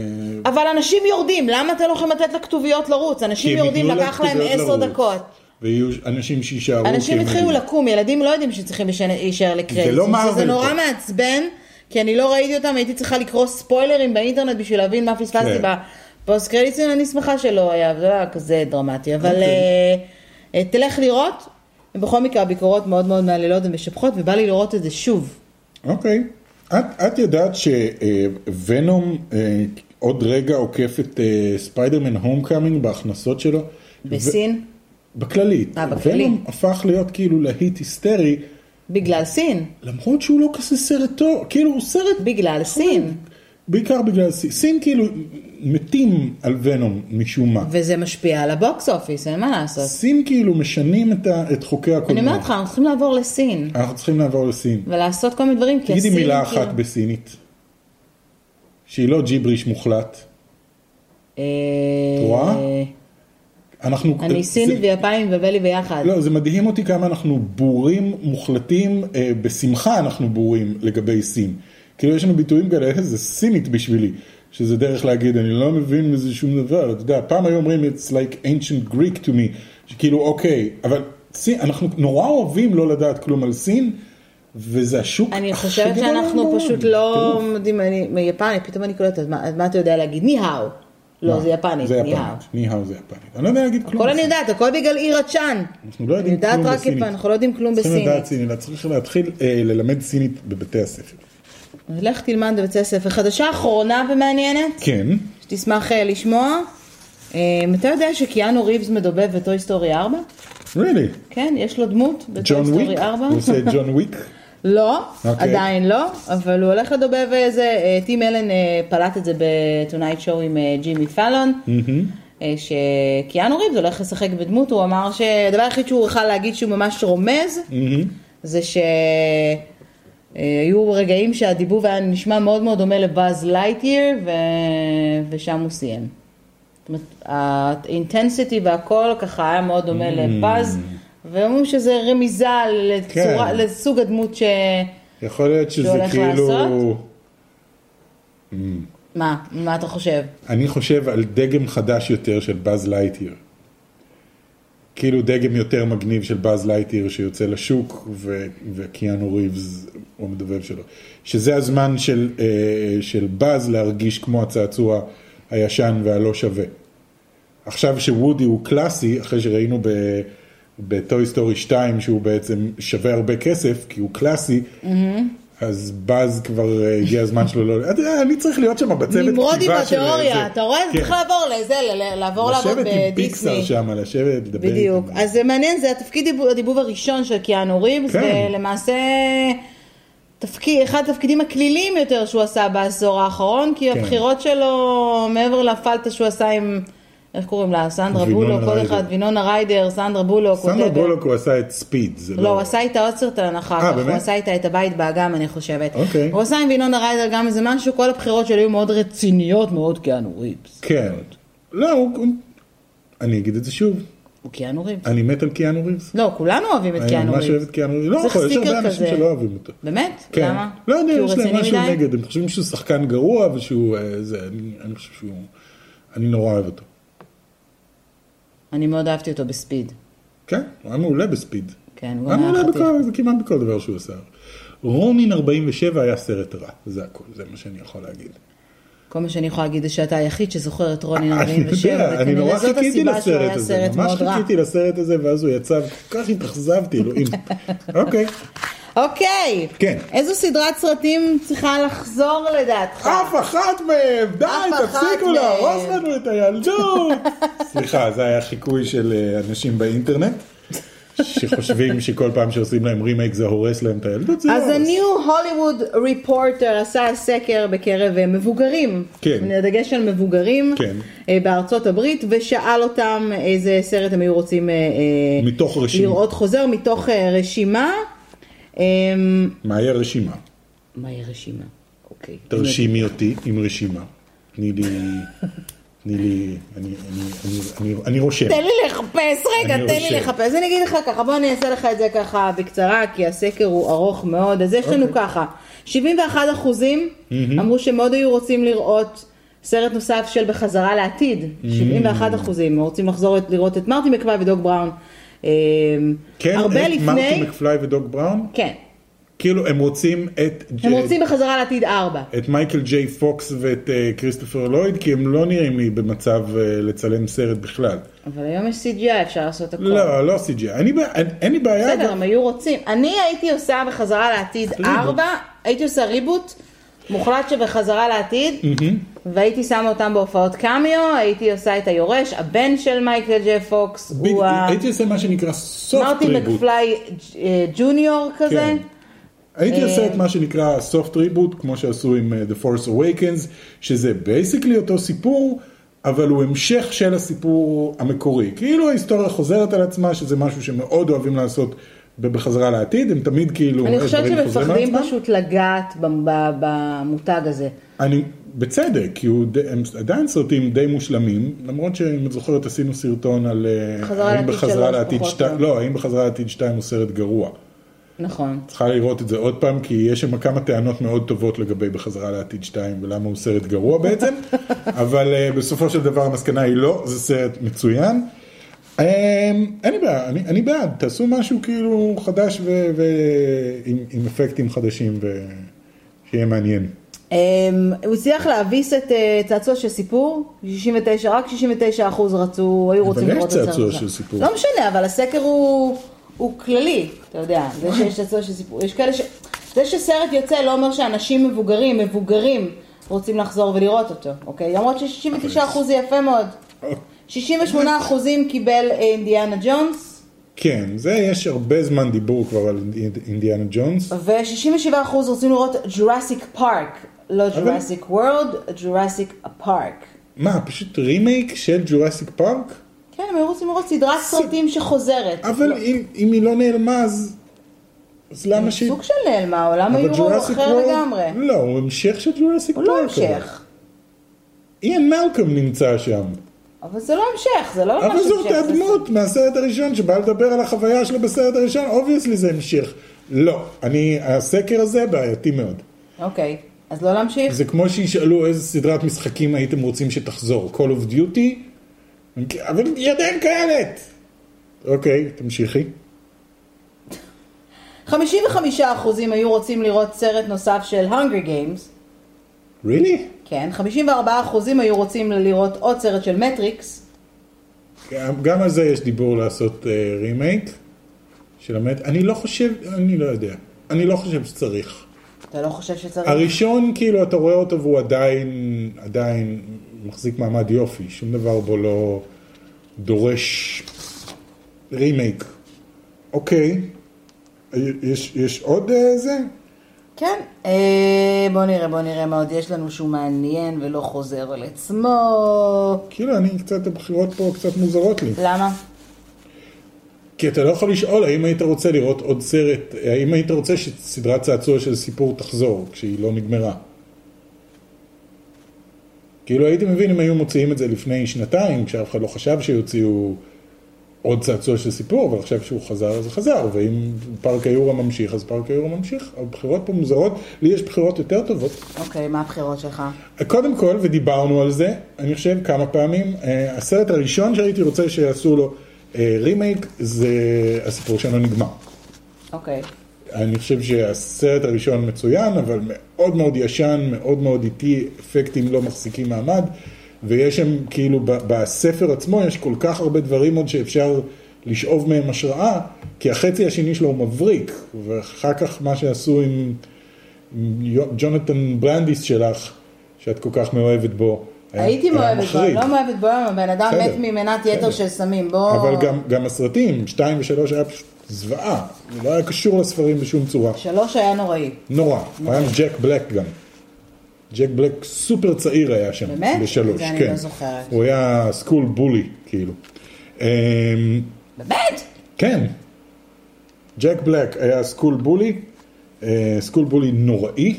Speaker 2: אה,
Speaker 1: אבל אנשים יורדים, למה אתם לא יכולים לתת לכתוביות לרוץ?
Speaker 2: כי
Speaker 1: אנשים
Speaker 2: הם
Speaker 1: יורדים,
Speaker 2: ייתנו
Speaker 1: לקח להם
Speaker 2: לכתוביות
Speaker 1: עשר
Speaker 2: לרוץ.
Speaker 1: דקות.
Speaker 2: ויהיו אנשים שיישארו...
Speaker 1: אנשים
Speaker 2: כי הם
Speaker 1: התחילו
Speaker 2: היו-
Speaker 1: לקום, ילדים לא יודעים שצריכים להישאר- להישאר לקרדיט.
Speaker 2: זה לא מארוול
Speaker 1: זה נורא
Speaker 2: פה.
Speaker 1: מעצבן, כי אני לא ראיתי אותם, הייתי צריכה לקרוא ספוילרים באינטרנט בשביל להבין מה פספסתי
Speaker 2: כן.
Speaker 1: בפוסט קרדיטים, אני שמחה שלא היה, זה לא היה כזה דרמטי, אבל
Speaker 2: אוקיי.
Speaker 1: אה, אה, תלך לראות, בכל מקרה הביקורות מאוד מאוד מעללות ומשבחות, ובא לי לראות את זה שוב.
Speaker 2: אוקיי. את, את ידעת שוונום אה, עוד רגע עוקף את אה, ספיידרמן הום קאמינג בהכנסות שלו?
Speaker 1: בסין?
Speaker 2: ו- בכללית.
Speaker 1: אה, בכללי.
Speaker 2: ונום הפך להיות כאילו להיט היסטרי,
Speaker 1: בגלל סין.
Speaker 2: למרות שהוא לא כזה סרט טוב, כאילו הוא סרט
Speaker 1: בגלל סין.
Speaker 2: בעיקר בגלל סין. סין כאילו מתים על ונום משום מה.
Speaker 1: וזה משפיע על הבוקס אופיס, אין מה לעשות.
Speaker 2: סין כאילו משנים את, ה, את חוקי
Speaker 1: אני
Speaker 2: הקולנוע.
Speaker 1: אומרת לך, אנחנו צריכים לעבור לסין,
Speaker 2: אנחנו צריכים לעבור לסין.
Speaker 1: ולעשות כל מיני דברים, כי הסין...
Speaker 2: תגידי מילה
Speaker 1: כאילו-
Speaker 2: אחת בסינית, שהיא לא ג'יבריש מוחלט.
Speaker 1: את
Speaker 2: רואה? אנחנו...
Speaker 1: אה, אני סינית
Speaker 2: זה-
Speaker 1: ויפנית ובלי ביחד.
Speaker 2: לא, זה מדהים אותי כמה אנחנו בורים מוחלטים, אה, בשמחה אנחנו בורים לגבי סין. כאילו יש לנו ביטויים כאלה, "אה, זה סינית בשבילי, שזה דרך להגיד, אני לא מבין מזה שום דבר, אתה יודע, פעם היו אומרים, it's like ancient Greek to me, שכאילו אוקיי, אבל סין, אנחנו נורא אוהבים לא לדעת כלום על סין, וזה השוק
Speaker 1: אני
Speaker 2: הכי
Speaker 1: חושבת
Speaker 2: גדול
Speaker 1: שאנחנו
Speaker 2: בעולם.
Speaker 1: פשוט לא
Speaker 2: טירוף.
Speaker 1: יודעים, אני מיפנית, פתאום אני קולטת, אז מה- אז מה אתה יודע להגיד? ניהאו. לא,
Speaker 2: מה?
Speaker 1: זה יפנית,
Speaker 2: זה
Speaker 1: ניהאו.
Speaker 2: יפנית, ניהאו זה יפנית, אני לא יודע להגיד כלום.
Speaker 1: הכל אני יודעת, הכל בגלל עיר הצ'אן.
Speaker 2: אנחנו לא יודעים
Speaker 1: אני יודעת
Speaker 2: כלום
Speaker 1: רק
Speaker 2: בסינית.
Speaker 1: יפן, אנחנו לא יודעים כלום
Speaker 2: צריכים לדעת
Speaker 1: בסינית.
Speaker 2: סינית, צריך להתחיל אה, ללמד סינית בבתי הספר.
Speaker 1: אז לך תלמד בבית הספר. חדשה אחרונה ומעניינת,
Speaker 2: כן,
Speaker 1: שתשמח אה, לשמוע. אה, אתה יודע שקיאנו ריבס מדובב בטוי סטורי 4?
Speaker 2: really.
Speaker 1: כן, יש לו דמות בטוי
Speaker 2: ג'ון וויק,
Speaker 1: סטורי 4.
Speaker 2: הוא עושה את ג'ון
Speaker 1: [LAUGHS]
Speaker 2: וויק,
Speaker 1: לא, okay.
Speaker 2: אוקיי.
Speaker 1: עדיין לא, אבל הוא הולך לדובב איזה, אה, טים אלן אה, פלט את זה ב-Tonight Show עם אה, ג'ימי פאלון,
Speaker 2: Mm. Mm-hmm,
Speaker 1: אה, שקיאנו ריבס הולך לשחק בדמות, הוא אמר שהדבר היחיד שהוא יכל להגיד שהוא ממש רומז,
Speaker 2: mm-hmm.
Speaker 1: זה שהיו רגעים שהדיבוב היה נשמע מאוד מאוד דומה לבאז לייטייר, ו... ושם הוא סיים. זאת אומרת, האינטנסיטי והכל ככה היה מאוד
Speaker 2: Mm.
Speaker 1: דומה לבאז, ואומרים שזה רמיזה לצורה,
Speaker 2: כן.
Speaker 1: לסוג הדמות ש...
Speaker 2: יכול להיות שזה
Speaker 1: שהולך
Speaker 2: כאילו,
Speaker 1: לעשות? מה? מה אתה חושב?
Speaker 2: אני חושב על דגם חדש יותר של באז לייטייר. כאילו דגם יותר מגניב של באז לייטיר שיוצא לשוק, ו- וקיאנו ריבס הוא המדובב שלו. שזה הזמן של, אה, של באז להרגיש כמו הצעצוע הישן והלא שווה. עכשיו שוודי הוא קלאסי, אחרי שראינו ב... בטוי סטורי 2 שהוא בעצם שווה הרבה כסף כי הוא קלאסי,
Speaker 1: Mm-hmm.
Speaker 2: אז באז כבר אה, הגיע הזמן שלו, לא... אתה יודע, אני צריך להיות שם בצוות כתיבה של...
Speaker 1: נמרוד עם
Speaker 2: זה.
Speaker 1: התיאוריה, אתה רואה?
Speaker 2: כן.
Speaker 1: צריך לעבור לזה, ל- לעבור לעבוד
Speaker 2: לשבת עם פיקסאר
Speaker 1: בדיסני.
Speaker 2: שם, לשבת, לדבר.
Speaker 1: בדיוק.
Speaker 2: איתם.
Speaker 1: אז זה מעניין, זה התפקיד דיבוב- הדיבוב הראשון של קיאנו ריבס,
Speaker 2: כן.
Speaker 1: זה למעשה תפקיד, אחד התפקידים הקלילים יותר שהוא עשה בעשור האחרון, כי
Speaker 2: כן.
Speaker 1: הבחירות שלו, מעבר לפלטה שהוא עשה עם, איך קוראים לה? סנדרה
Speaker 2: וינונה
Speaker 1: בולוק, כל
Speaker 2: ריידר.
Speaker 1: אחד, וינונה ריידר, סנדרה בולוק,
Speaker 2: סנדרה
Speaker 1: whatever.
Speaker 2: בולוק הוא עשה את ספיד, זה
Speaker 1: לא, הוא עשה איתה עוד סרטון אחר כך, הוא
Speaker 2: באמת?
Speaker 1: עשה איתה את הבית באגם אני חושבת.
Speaker 2: אוקיי.
Speaker 1: הוא עשה עם וינונה ריידר גם איזה משהו, כל הבחירות שלו היו מאוד רציניות, מאוד קיאנו ריבס.
Speaker 2: כן. לא, הוא... הוא- אני אגיד את זה שוב,
Speaker 1: הוא קיאנו ריבס.
Speaker 2: אני מת על קיאנו ריבס.
Speaker 1: לא, כולנו אוהבים את
Speaker 2: אה, אני
Speaker 1: קיאנו
Speaker 2: ממש אוהב
Speaker 1: ריבס.
Speaker 2: את קיאנו ריבס. לא
Speaker 1: צריך
Speaker 2: יכול, יש
Speaker 1: סטיקר
Speaker 2: הרבה אנשים
Speaker 1: כזה.
Speaker 2: שלא אוהבים אותו.
Speaker 1: באמת?
Speaker 2: כן.
Speaker 1: למה?
Speaker 2: לא יודע,
Speaker 1: כי הוא
Speaker 2: יש להם
Speaker 1: רציני
Speaker 2: משהו
Speaker 1: מדי?
Speaker 2: נגד, הם חושבים שהוא שחקן גרוע ושהוא... אה, זה, אני אני חושב שהוא... אני נורא אוהב אותו.
Speaker 1: אני מאוד אהבתי אותו בספיד.
Speaker 2: כן, הוא היה מעולה בספיד.
Speaker 1: כן, הוא
Speaker 2: הוא היה
Speaker 1: גם היה
Speaker 2: מעולה
Speaker 1: חתיך.
Speaker 2: לא בכל- כמעט בכל דבר שהוא עשה. רומין 47 היה סרט רע, זה הכל, זה מה שאני יכול להגיד.
Speaker 1: כל מה שאני יכולה להגיד זה שאתה היחיד שזוכר את רוני
Speaker 2: אני
Speaker 1: 47,
Speaker 2: יודע, אני נורא
Speaker 1: וכנראה זאת
Speaker 2: חיכיתי
Speaker 1: הסיבה שהוא
Speaker 2: לסרט
Speaker 1: היה
Speaker 2: הזה,
Speaker 1: סרט
Speaker 2: ממש
Speaker 1: מאוד רע.
Speaker 2: חיכיתי לסרט הזה, ואז הוא יצא, וכל כך התאכזבתי,
Speaker 1: [LAUGHS]
Speaker 2: אלוהים. אוקיי,
Speaker 1: אוקיי.
Speaker 2: כן.
Speaker 1: איזו סדרת סרטים צריכה לחזור לדעתך?
Speaker 2: אף אחת מהם, די,
Speaker 1: אף אחת
Speaker 2: תפסיקו
Speaker 1: מהם.
Speaker 2: להרוס לנו את הילדות.
Speaker 1: [LAUGHS]
Speaker 2: סליחה, זה היה חיקוי של אה, אנשים באינטרנט, שחושבים שכל פעם שעושים להם רימייק זה הורס להם את הילדות, זה לא
Speaker 1: אז
Speaker 2: הורס.
Speaker 1: ה-New Hollywood Reporter עשה סקר בקרב אה, מבוגרים,
Speaker 2: כן.
Speaker 1: דגש על מבוגרים
Speaker 2: כן.
Speaker 1: אה, בארצות הברית, ושאל אותם איזה סרט הם היו רוצים אה, אה,
Speaker 2: מתוך רשימה.
Speaker 1: לראות חוזר מתוך אה, רשימה. אה,
Speaker 2: מהי הרשימה?
Speaker 1: מהי רשימה? אוקיי.
Speaker 2: תרשימי אותי עם רשימה. תני לי, תני לי, אני- אני- אני- אני- אני רושם.
Speaker 1: תן לי לחפש, רגע,
Speaker 2: אני
Speaker 1: תן לי
Speaker 2: רושם.
Speaker 1: לחפש. אני אגיד לך ככה, בוא אני אעשה לך את זה ככה בקצרה, כי הסקר הוא ארוך מאוד. אז יש לנו
Speaker 2: אוקיי.
Speaker 1: ככה, 71 אחוזים אמרו שמאוד היו רוצים לראות סרט נוסף של בחזרה לעתיד.
Speaker 2: Mm.
Speaker 1: 71 אחוזים, רוצים לחזור את- לראות את מרטי מקווי ודוג בראון. אה,
Speaker 2: כן,
Speaker 1: הרבה
Speaker 2: את מרטי
Speaker 1: לפני,
Speaker 2: מקפליי ודוג בראון,
Speaker 1: כן,
Speaker 2: כאילו הם רוצים את,
Speaker 1: הם
Speaker 2: ג'י-
Speaker 1: רוצים בחזרה לעתיד 4.
Speaker 2: את מייקל ג'יי פוקס ואת אה, כריסטופר לויד, כי הם לא נראים לי במצב אה, לצלם סרט בכלל.
Speaker 1: אבל היום יש CGI, אפשר לעשות הכל.
Speaker 2: לא, לא סי.ג'י. אני ב- אין- אין לי בעיה.
Speaker 1: נכון. בסדר,
Speaker 2: אבל-
Speaker 1: הם היו רוצים. אני הייתי עושה בחזרה לעתיד
Speaker 2: ריבוט.
Speaker 1: 4, הייתי עושה ריבוט, מוחלט שבחזרה לעתיד, והייתי שמה אותם בהופעות קמיו, הייתי עושה את היורש, הבן של מייקל ג'י פוקס,
Speaker 2: ביג-
Speaker 1: הוא ה...
Speaker 2: הייתי עושה מה שנקרא סופט
Speaker 1: מרטי
Speaker 2: ריבוט.
Speaker 1: מקפליי אה, ג'וניור כזה. אה,
Speaker 2: כן. הייתי עושה את מה שנקרא soft reboot, כמו שעשו עם אה, The Force Awakens, שזה בייסיקלי אותו סיפור, אבל הוא המשך של הסיפור המקורי. כאילו ההיסטוריה חוזרת על עצמה, שזה משהו שמאוד אוהבים לעשות ב- בחזרה לעתיד, הם תמיד כאילו...
Speaker 1: אני חושבת
Speaker 2: דברים חוזרים על
Speaker 1: שמפחדים
Speaker 2: עצמם.
Speaker 1: פשוט לגעת ב- ב- במותג הזה.
Speaker 2: אני, בצדק, כי הוא, ד- הם עדיין סרטים די מושלמים, למרות שאם את זוכרת עשינו סרטון על... אה,
Speaker 1: חזרה
Speaker 2: האם
Speaker 1: לעתיד
Speaker 2: בחזרה
Speaker 1: שלוש,
Speaker 2: לעתיד
Speaker 1: פחות
Speaker 2: שתיים,
Speaker 1: או-
Speaker 2: לא, האם בחזרה לעתיד שתיים הוא סרט גרוע.
Speaker 1: נכון.
Speaker 2: צריכה לראות את זה עוד פעם, כי יש שם כמה טענות מאוד טובות לגבי בחזרה לעתיד 2 ולמה הוא סרט גרוע בעצם, אבל אה, בסופו של דבר המסקנה היא לא, זה סרט מצוין. אמ, אין לי בעיה, אני, אני בעד, תעשו משהו כאילו חדש ועם ו- עם, עם אפקטים חדשים ושיהיה מעניין.
Speaker 1: אמ, הוא הצליח להביס את אה, צעצוע של סיפור, 69, רק 69 אחוז רצו, היו רוצים
Speaker 2: יש
Speaker 1: לראות את הסרט
Speaker 2: צעצוע
Speaker 1: הזה.
Speaker 2: של סיפור.
Speaker 1: לא משנה, אבל הסקר הוא, הוא כללי, אתה יודע, זה שיש צעצוע של סיפור, יש כאלה ש... זה שסרט יוצא לא אומר שאנשים מבוגרים, מבוגרים, רוצים לחזור ולראות אותו, אוקיי? למרות ש-69 אחוז זה יפה מאוד. 68 אחוזים קיבל אה, אינדיאנה ג'ונס,
Speaker 2: כן, זה יש הרבה זמן דיבור כבר על אינד- אינדיאנה ג'ונס.
Speaker 1: ו-67 אחוז רוצים לראות ג'ורסיק פארק, לא ג'ורסיק וורד, ג'ורסיק פארק.
Speaker 2: מה, פשוט רימייק של ג'ורסיק פארק?
Speaker 1: כן, הם היו רוצים לראות סדרת סרטים שחוזרת.
Speaker 2: אבל אם, אם היא לא נעלמה אז, אז למה שהיא...
Speaker 1: אה, סוג של נעלמה, העולם
Speaker 2: אבל
Speaker 1: היורו
Speaker 2: Jurassic
Speaker 1: אחר
Speaker 2: World-
Speaker 1: לגמרי.
Speaker 2: לא, הוא המשך של ג'ורסיק
Speaker 1: הוא
Speaker 2: פארק.
Speaker 1: לא המשך.
Speaker 2: איין מלקום נמצא שם.
Speaker 1: אבל זה לא המשך, זה לא ממש
Speaker 2: אבל
Speaker 1: המשך.
Speaker 2: זאת
Speaker 1: זה-
Speaker 2: הדמות מהסרט הראשון שבא לדבר על החוויה שלו בסרט הראשון, אובייסלי זה המשך. לא, אני, הסקר הזה בעייתי מאוד.
Speaker 1: אוקיי, אז לא להמשיך.
Speaker 2: זה כמו שישאלו איזה סדרת משחקים הייתם רוצים שתחזור, Call of Duty, אבל ירדן קיימת. אוקיי, תמשיכי.
Speaker 1: 55% היו רוצים לראות סרט נוסף של Hunger Games,
Speaker 2: really?
Speaker 1: כן, 54% היו רוצים לראות עוד סרט של מטריקס,
Speaker 2: גם, גם על זה יש דיבור לעשות אה, רימייק. של המט... אני לא חושב, אני לא יודע. אני לא חושב שצריך.
Speaker 1: אתה לא חושב שצריך?
Speaker 2: הראשון, כאילו, אתה רואה אותו והוא עדיין, עדיין מחזיק מעמד יופי. שום דבר בו לא דורש רימייק. אוקיי. יש, יש עוד אה, זה?
Speaker 1: כן, אה, בוא נראה, בוא נראה מה עוד יש לנו שהוא מעניין ולא חוזר על עצמו.
Speaker 2: כאילו, אני קצת, הבחירות פה קצת מוזרות לי.
Speaker 1: למה?
Speaker 2: כי אתה לא יכול לשאול האם היית רוצה לראות עוד סרט, האם היית רוצה שסדרת צעצוע של סיפור תחזור כשהיא לא נגמרה. כאילו הייתי מבין אם היו מוציאים את זה לפני שנתיים, כשאף אחד לא חשב שיוציאו עוד צעצוע של סיפור, אבל עכשיו שהוא חזר אז חזר, ואם פארק היורה ממשיך אז פארק היורה ממשיך. הבחירות פה מוזרות, לי יש בחירות יותר טובות.
Speaker 1: אוקיי, מה הבחירות שלך?
Speaker 2: קודם כל, ודיברנו על זה, אני חושב כמה פעמים, אה, הסרט הראשון שהייתי רוצה שיעשו לו אה, רימייק זה הסיפור שלא נגמר.
Speaker 1: אוקיי.
Speaker 2: אני חושב שהסרט הראשון מצוין, אבל מאוד מאוד ישן, מאוד מאוד איטי, אפקטים לא מחזיקים מעמד, ויש שם, כאילו, ב- בספר עצמו יש כל כך הרבה דברים עוד שאפשר לשאוב מהם השראה, כי החצי השני שלו הוא מבריק, ואחר כך מה שעשו עם, עם יו- ג'ונתן ברנדיס שלך, שאת כל כך מאוהבת בו, היה-
Speaker 1: הייתי
Speaker 2: היה
Speaker 1: מאוהבת בו,
Speaker 2: מחריד.
Speaker 1: לא מאוהבת בו, הבן אדם
Speaker 2: בסדר,
Speaker 1: מת ממנת יתר
Speaker 2: בסדר.
Speaker 1: של סמים, בוא...
Speaker 2: אבל גם, גם הסרטים, 2 ו-3 היה פשוט זוועה, זה לא היה קשור לספרים בשום צורה.
Speaker 1: שלוש היה נוראי.
Speaker 2: נורא, הוא היה עם ג'ק בלק גם. ג'ק בלק סופר צעיר היה שם.
Speaker 1: באמת?
Speaker 2: בשלוש,
Speaker 1: את זה אני
Speaker 2: כן.
Speaker 1: לא זוכרת.
Speaker 2: הוא היה סקול בולי, כאילו. אמ,
Speaker 1: באמת?
Speaker 2: כן. ג'ק בלק היה סקול בולי, אה, סקול בולי נוראי,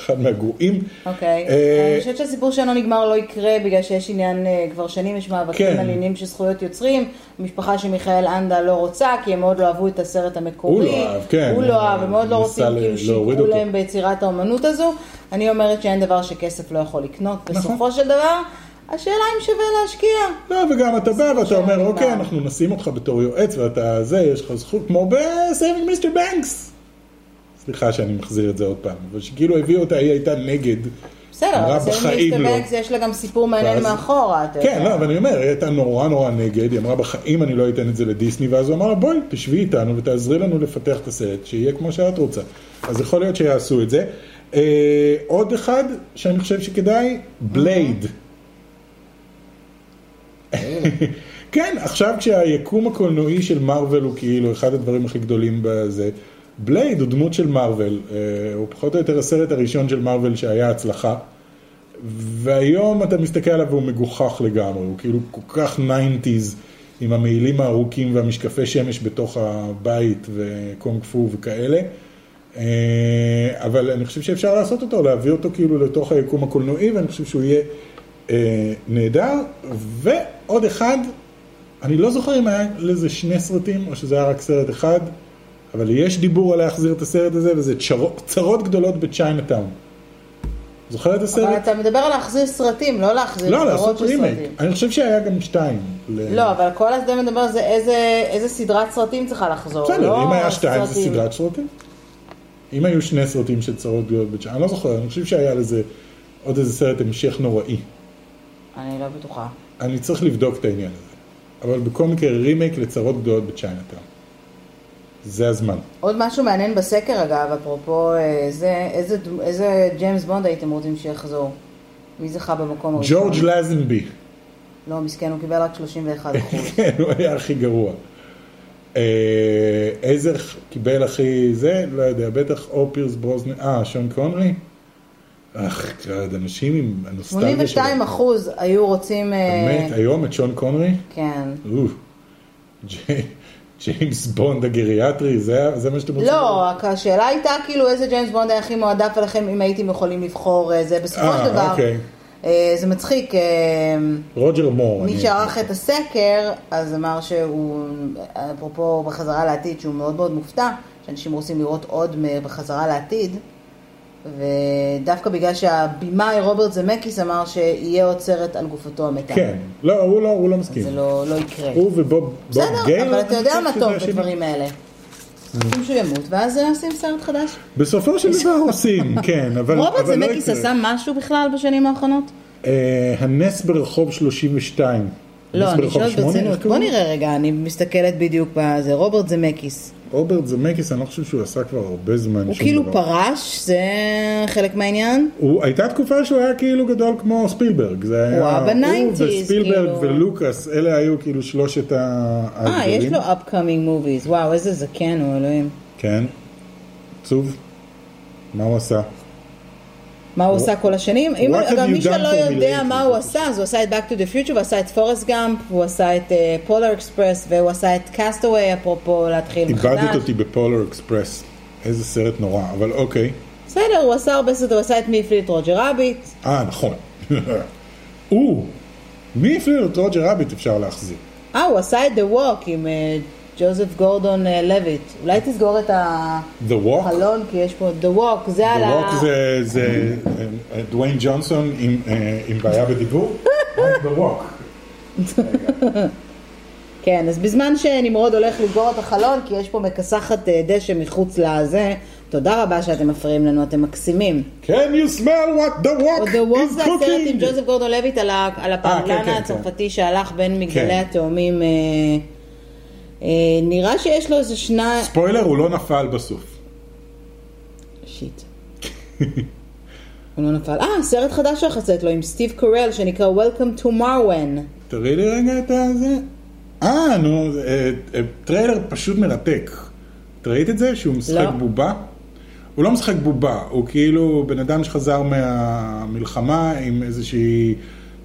Speaker 2: אחד מהגרועים.
Speaker 1: אוקיי.
Speaker 2: אה,
Speaker 1: אני חושבת שהסיפור שלא נגמר לא יקרה, בגלל שיש עניין, אה, כבר שנים יש מאבקים
Speaker 2: כן.
Speaker 1: על עניינים של זכויות יוצרים. המשפחה של מיכאל אנדה לא רוצה, כי הם מאוד לא אהבו את הסרט המקורי.
Speaker 2: הוא לא אהב, כן.
Speaker 1: הוא לא אהב, הם מאוד לא
Speaker 2: ניסה
Speaker 1: רוצים,
Speaker 2: ל-
Speaker 1: כאילו,
Speaker 2: להוריד
Speaker 1: שיפרו
Speaker 2: אותו.
Speaker 1: להם ביצירת האומנות הזו. אני אומרת שאין דבר שכסף לא יכול לקנות,
Speaker 2: נכון.
Speaker 1: בסופו של דבר. השאלה אם שווה להשקיע.
Speaker 2: לא, וגם אתה בא ואתה
Speaker 1: שאני
Speaker 2: אומר, אוקיי,
Speaker 1: באה."
Speaker 2: אנחנו נשים אותך בתור יועץ, ואתה זה, יש לך זכות, כמו ב-Saving Mr. Banks. סליחה שאני מחזיר את זה עוד פעם, אבל שכאילו הביאו אותה, היא הייתה נגד.
Speaker 1: בסדר,
Speaker 2: אמרה,
Speaker 1: אבל זה
Speaker 2: "בחיים
Speaker 1: מיסטר
Speaker 2: לא."
Speaker 1: בנקס, יש לה גם סיפור מעניין
Speaker 2: ואז-
Speaker 1: מאחורה, אתה יודע.
Speaker 2: כן, לא, אבל אני אומר, היא הייתה נורא נורא נגד, היא אמרה בחיים אני לא אתן את זה לדיסני, ואז הוא אמר לה בואי, תשבי איתנו ותעזרי לנו לפתח את הסרט, שיהיה כמו שאת רוצה. אז יכול להיות שיעשו את זה. אה, עוד אחד שאני חושב שכדאי, בלייד. [LAUGHS] כן, עכשיו כשהיקום הקולנועי של מארוול הוא כאילו אחד הדברים הכי גדולים בזה, בלייד הוא דמות של מארוול, אה, הוא פחות או יותר הסרט הראשון של מארוול שהיה הצלחה. והיום אתה מסתכל עליו והוא מגוחך לגמרי, הוא כאילו כל כך 90's עם המעילים הארוכים והמשקפי שמש בתוך הבית וקונג פו וכאלה. אה, אבל אני חושב שאפשר לעשות אותו, להביא אותו כאילו לתוך היקום הקולנועי ואני חושב שהוא יהיה אה, נהדר. ועוד אחד, אני לא זוכר אם היה לזה שני סרטים או שזה היה רק סרט אחד, אבל יש דיבור על להחזיר את הסרט הזה וזה צרות, צרות גדולות בצ'יינאטאון. זוכר את הסרט?
Speaker 1: אבל אתה מדבר על להחזיר סרטים, לא להחזיר
Speaker 2: לא,
Speaker 1: סדרות
Speaker 2: לעשות
Speaker 1: של
Speaker 2: רימייק.
Speaker 1: סרטים.
Speaker 2: אני חושב שהיה גם שתיים. ל-
Speaker 1: לא, אבל כל הזמן מדבר זה איזה, איזה סדרת סרטים צריכה לחזור.
Speaker 2: בסדר,
Speaker 1: לא
Speaker 2: אם היה שתיים זה
Speaker 1: סרטים.
Speaker 2: סדרת סרטים. אם היו שני סרטים של צרות גדולות בצ'אנל, אני לא זוכר, אני חושב שהיה לזה עוד איזה סרט המשך נוראי.
Speaker 1: אני לא בטוחה.
Speaker 2: אני צריך לבדוק את העניין הזה. אבל בכל מקרה, רימייק לצרות גדולות בצ'יינאטאון. זה הזמן.
Speaker 1: עוד משהו מעניין בסקר אגב, אפרופו אה, זה, איזה, דמ- איזה ג'יימס בונד הייתם רוצים שיחזור? מי זכה במקום הראשון?
Speaker 2: ג'ורג' לזנבי.
Speaker 1: לא, מסכן, הוא קיבל רק
Speaker 2: [LAUGHS]
Speaker 1: 31 אחוז.
Speaker 2: כן, הוא היה הכי גרוע. אה, איזה קיבל הכי זה, לא יודע, בטח או פירס ברוזנר, אה, שון קונרי? אך, כרד, אנשים עם הנוסטלגיה
Speaker 1: 82 אחוז היו רוצים... אה,
Speaker 2: באמת, היום את שון קונרי?
Speaker 1: כן.
Speaker 2: אוף. ג'י- ג'יימס בונד הגריאטרי, זה זה מה שאתם רוצים?
Speaker 1: לא, רק השאלה הייתה כאילו איזה ג'יימס בונד היה הכי מועדף עליכם אם הייתם יכולים לבחור אה, זה. בסופו
Speaker 2: אה,
Speaker 1: של דבר,
Speaker 2: אוקיי.
Speaker 1: אה, זה מצחיק. אה,
Speaker 2: רוג'ר מור.
Speaker 1: מי
Speaker 2: אני-
Speaker 1: שערך את הסקר, אז אמר שהוא, אפרופו בחזרה לעתיד, שהוא מאוד מאוד מופתע, שאנשים רוצים לראות עוד מ- בחזרה לעתיד, ודווקא בגלל שהבימאי רוברט זמקיס אמר שיהיה עוצרת על גופתו המתה.
Speaker 2: כן, לא, הוא לא, הוא לא מסכים.
Speaker 1: זה לא, לא יקרה.
Speaker 2: הוא ובוב בוב גיי.
Speaker 1: בסדר, אבל אתה יודע
Speaker 2: אני
Speaker 1: מה
Speaker 2: חושב
Speaker 1: טוב
Speaker 2: שזה השני.
Speaker 1: בדברים האלה.
Speaker 2: אה.
Speaker 1: רוצים שהוא ימות, ואז עושים סרט חדש.
Speaker 2: בסופו של דבר עושים, כן, אבל
Speaker 1: רוברט
Speaker 2: אבל לא
Speaker 1: זמקיס
Speaker 2: יקרה.
Speaker 1: עשה משהו בכלל בשנים האחרונות?
Speaker 2: אה, הנס ברחוב 32.
Speaker 1: לא,
Speaker 2: הנס
Speaker 1: אני
Speaker 2: ברחוב
Speaker 1: שואלת
Speaker 2: שמונה,
Speaker 1: ברצינות. בוא
Speaker 2: איך קוראים?
Speaker 1: נראה רגע, אני מסתכלת בדיוק בזה. רוברט זמקיס.
Speaker 2: רוברט זמקיס, אני לא חושב שהוא עשה כבר הרבה זמן
Speaker 1: הוא
Speaker 2: שום
Speaker 1: כאילו
Speaker 2: דבר.
Speaker 1: פרש, זה חלק מהעניין.
Speaker 2: הוא, הייתה תקופה שהוא היה כאילו גדול כמו ספילברג. זה היה
Speaker 1: הוא היה בניינטיז,
Speaker 2: הוא וספילברג
Speaker 1: כאילו.
Speaker 2: ולוקאס, אלה היו כאילו שלושת ה-
Speaker 1: אה, יש
Speaker 2: הגדולים.
Speaker 1: לו upcoming movies. וואו, איזה זקן הוא, אלוהים.
Speaker 2: כן. עצוב. מה הוא עשה?
Speaker 1: מה הוא עשה כל השנים. אם,
Speaker 2: What have
Speaker 1: אגב,
Speaker 2: you
Speaker 1: מי
Speaker 2: done
Speaker 1: שלא
Speaker 2: for me
Speaker 1: יודע
Speaker 2: lately?
Speaker 1: מה הוא עשה, אז הוא עשה את Back to the Future, הוא עשה את פורסט גאמפ, הוא עשה את פולר אקספרס, והוא עשה את קאסטווי, אפרופו להתחיל
Speaker 2: איבדת
Speaker 1: מחדש.
Speaker 2: אותי בפולר אקספרס. איזה סרט נורא, אבל אוקיי.
Speaker 1: בסדר, הוא עשה הרבה סרטים, הוא עשה את מי הפליט רוג'ר רביט.
Speaker 2: אה, נכון. [LAUGHS] הוא, מי הפליל את רוג'ר רביט אפשר להחזיר?
Speaker 1: אה, הוא עשה את The Walk עם אה, ג'וזף גורדון אה, לויט. אולי תסגור את
Speaker 2: The Walk?
Speaker 1: החלון, כי יש פה The Walk, זה על
Speaker 2: The
Speaker 1: ה...
Speaker 2: Walk זה- זה אה, דוויין ג'ונסון עם, אה, עם בעיה
Speaker 1: [LAUGHS]
Speaker 2: בדיבור? The Walk.
Speaker 1: כן, אז בזמן שנמרוד הולך לסגור את החלון, כי יש פה מכסחת אה, דשא מחוץ לזה, תודה רבה שאתם מפריעים לנו, אתם מקסימים.
Speaker 2: Can you smell what the walk
Speaker 1: The Walk
Speaker 2: is
Speaker 1: זה הסרט עם
Speaker 2: cooking?
Speaker 1: ג'וזף גורדון לויט על ה- על
Speaker 2: אה, כן, כן,
Speaker 1: הפעלן הצרפתי שהלך בין מגדלי
Speaker 2: כן.
Speaker 1: התאומים. אה, אה, נראה שיש לו איזה שנה...
Speaker 2: ספוילר, הוא לא נפל בסוף. [LAUGHS]
Speaker 1: שיט. הוא לא נפל. אה, סרט חדש שהולך לצאת לו עם סטיב קורל שנקרא Welcome to Marwen.
Speaker 2: תראי לי רגע את הזה. אה, נו, אה, אה, טריילר פשוט מרתק. את ראית את זה? שהוא משחק
Speaker 1: לא.
Speaker 2: בובה? הוא לא משחק בובה, הוא כאילו בן אדם שחזר מהמלחמה עם איזושהי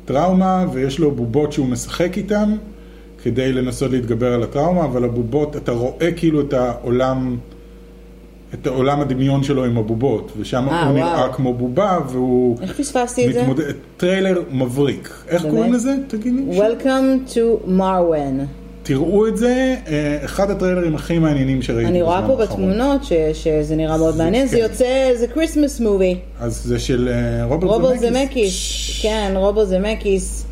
Speaker 2: טראומה, ויש לו בובות שהוא משחק איתן, כדי לנסות להתגבר על הטראומה, אבל הבובות, אתה רואה כאילו את העולם, את העולם הדמיון שלו עם הבובות, ושם
Speaker 1: אה,
Speaker 2: הוא נראה
Speaker 1: וואו.
Speaker 2: כמו בובה, והוא
Speaker 1: איך פספסתי את זה?
Speaker 2: מתמודד, טריילר מבריק. איך
Speaker 1: באמת?
Speaker 2: קוראים לזה? תגידי.
Speaker 1: Welcome to Marwen.
Speaker 2: תראו את זה, אה, אחד הטריילרים הכי מעניינים שראיתי.
Speaker 1: אני רואה
Speaker 2: בזמן
Speaker 1: פה
Speaker 2: האחרון.
Speaker 1: בתמונות ש- שזה נראה מאוד מעניין, זה
Speaker 2: כן. Oh,
Speaker 1: יוצא, זה כריסמס מובי.
Speaker 2: אז זה של אה, רוברט,
Speaker 1: רוברט זמקיס, כן, רוברט זמקיס.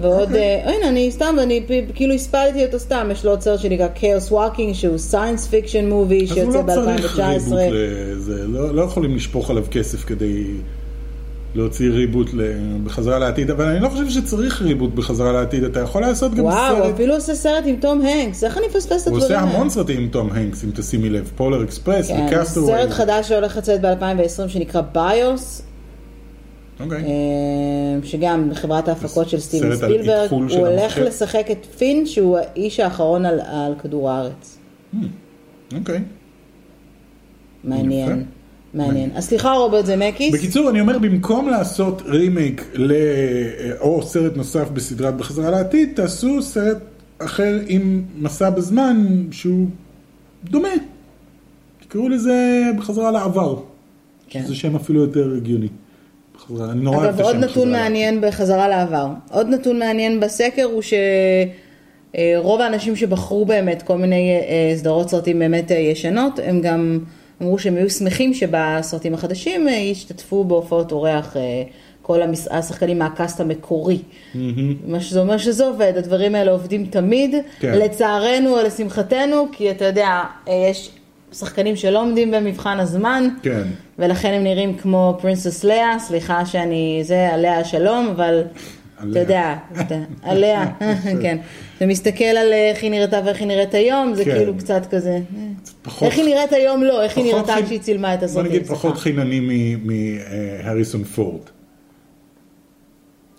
Speaker 1: ועוד,
Speaker 2: אוקיי.
Speaker 1: אה, הנה, אני סתם, אני פ- כאילו הספדתי אותו סתם, יש לו עוד סרט שנקרא Chaos Walking, שהוא סיינס פיקשן מובי,
Speaker 2: אז הוא
Speaker 1: שיוצא
Speaker 2: לא צריך
Speaker 1: ב-2019.
Speaker 2: ריבוט לזה, לא, לא יכולים לשפוך עליו כסף כדי להוציא ריבוט ל- בחזרה לעתיד, אבל אני לא חושב שצריך ריבוט בחזרה לעתיד, אתה יכול לעשות גם
Speaker 1: וואו,
Speaker 2: סרט.
Speaker 1: אפילו עושה סרט עם תום הנקס, איך אני מפספסת את
Speaker 2: הוא
Speaker 1: הדברים
Speaker 2: עושה
Speaker 1: האלה?
Speaker 2: המון סרטים עם תום הנקס, אם תשימי לב, פולר אקספרס
Speaker 1: כן,
Speaker 2: וקאסטווי.
Speaker 1: סרט חדש שהולך לצאת ב-2020 שנקרא ביוס,
Speaker 2: אוקיי.
Speaker 1: אה, שגם חברת ההפקות של סטיבן
Speaker 2: סרט על
Speaker 1: ספילברג,
Speaker 2: אתחול של
Speaker 1: הוא הולך
Speaker 2: המחשב.
Speaker 1: לשחק את פין שהוא האיש האחרון על- על כדור הארץ.
Speaker 2: אוקיי.
Speaker 1: מעניין,
Speaker 2: יפה.
Speaker 1: מעניין. אז סליחה רוברט זמקיס.
Speaker 2: בקיצור, אני אומר, במקום לעשות רימייק ל... או סרט נוסף בסדרת בחזרה לעתיד, תעשו סרט אחר עם מסע בזמן שהוא דומה. תקראו לזה בחזרה לעבר.
Speaker 1: כן.
Speaker 2: זה שם אפילו יותר הגיוני. בחזרה, אני נורא אוהב את
Speaker 1: אגב,
Speaker 2: השם
Speaker 1: עוד
Speaker 2: בחזרה
Speaker 1: נתון
Speaker 2: לעבר.
Speaker 1: מעניין בחזרה לעבר. עוד נתון מעניין בסקר הוא שרוב האנשים שבחרו באמת כל מיני אה, סדרות סרטים באמת אה, ישנות, הם גם אמרו שהם היו שמחים שבסרטים החדשים אה, ישתתפו בהופעות אורח אה, כל המס... השחקנים מהקאסט המקורי. מה שזה אומר שזה עובד, הדברים האלה עובדים תמיד,
Speaker 2: כן.
Speaker 1: לצערנו או לשמחתנו, כי אתה יודע, אה, יש שחקנים שלא עומדים במבחן הזמן.
Speaker 2: כן.
Speaker 1: ולכן הם נראים כמו פרינסס לאה, סליחה שאני, זה עליה השלום, אבל אתה
Speaker 2: עליה.
Speaker 1: יודע, אתה-
Speaker 2: [LAUGHS]
Speaker 1: עליה, כן. אתה מסתכל על אה, איך היא נראתה ואיך היא נראית היום, זה
Speaker 2: כן.
Speaker 1: כאילו קצת כזה.
Speaker 2: פחות-
Speaker 1: איך היא נראית היום לא, איך היא
Speaker 2: פחות
Speaker 1: נראתה
Speaker 2: חי-
Speaker 1: כשהיא צילמה את
Speaker 2: בוא
Speaker 1: הסרטים.
Speaker 2: נגיד פחות
Speaker 1: סליחה.
Speaker 2: חינני מהריסון פורד.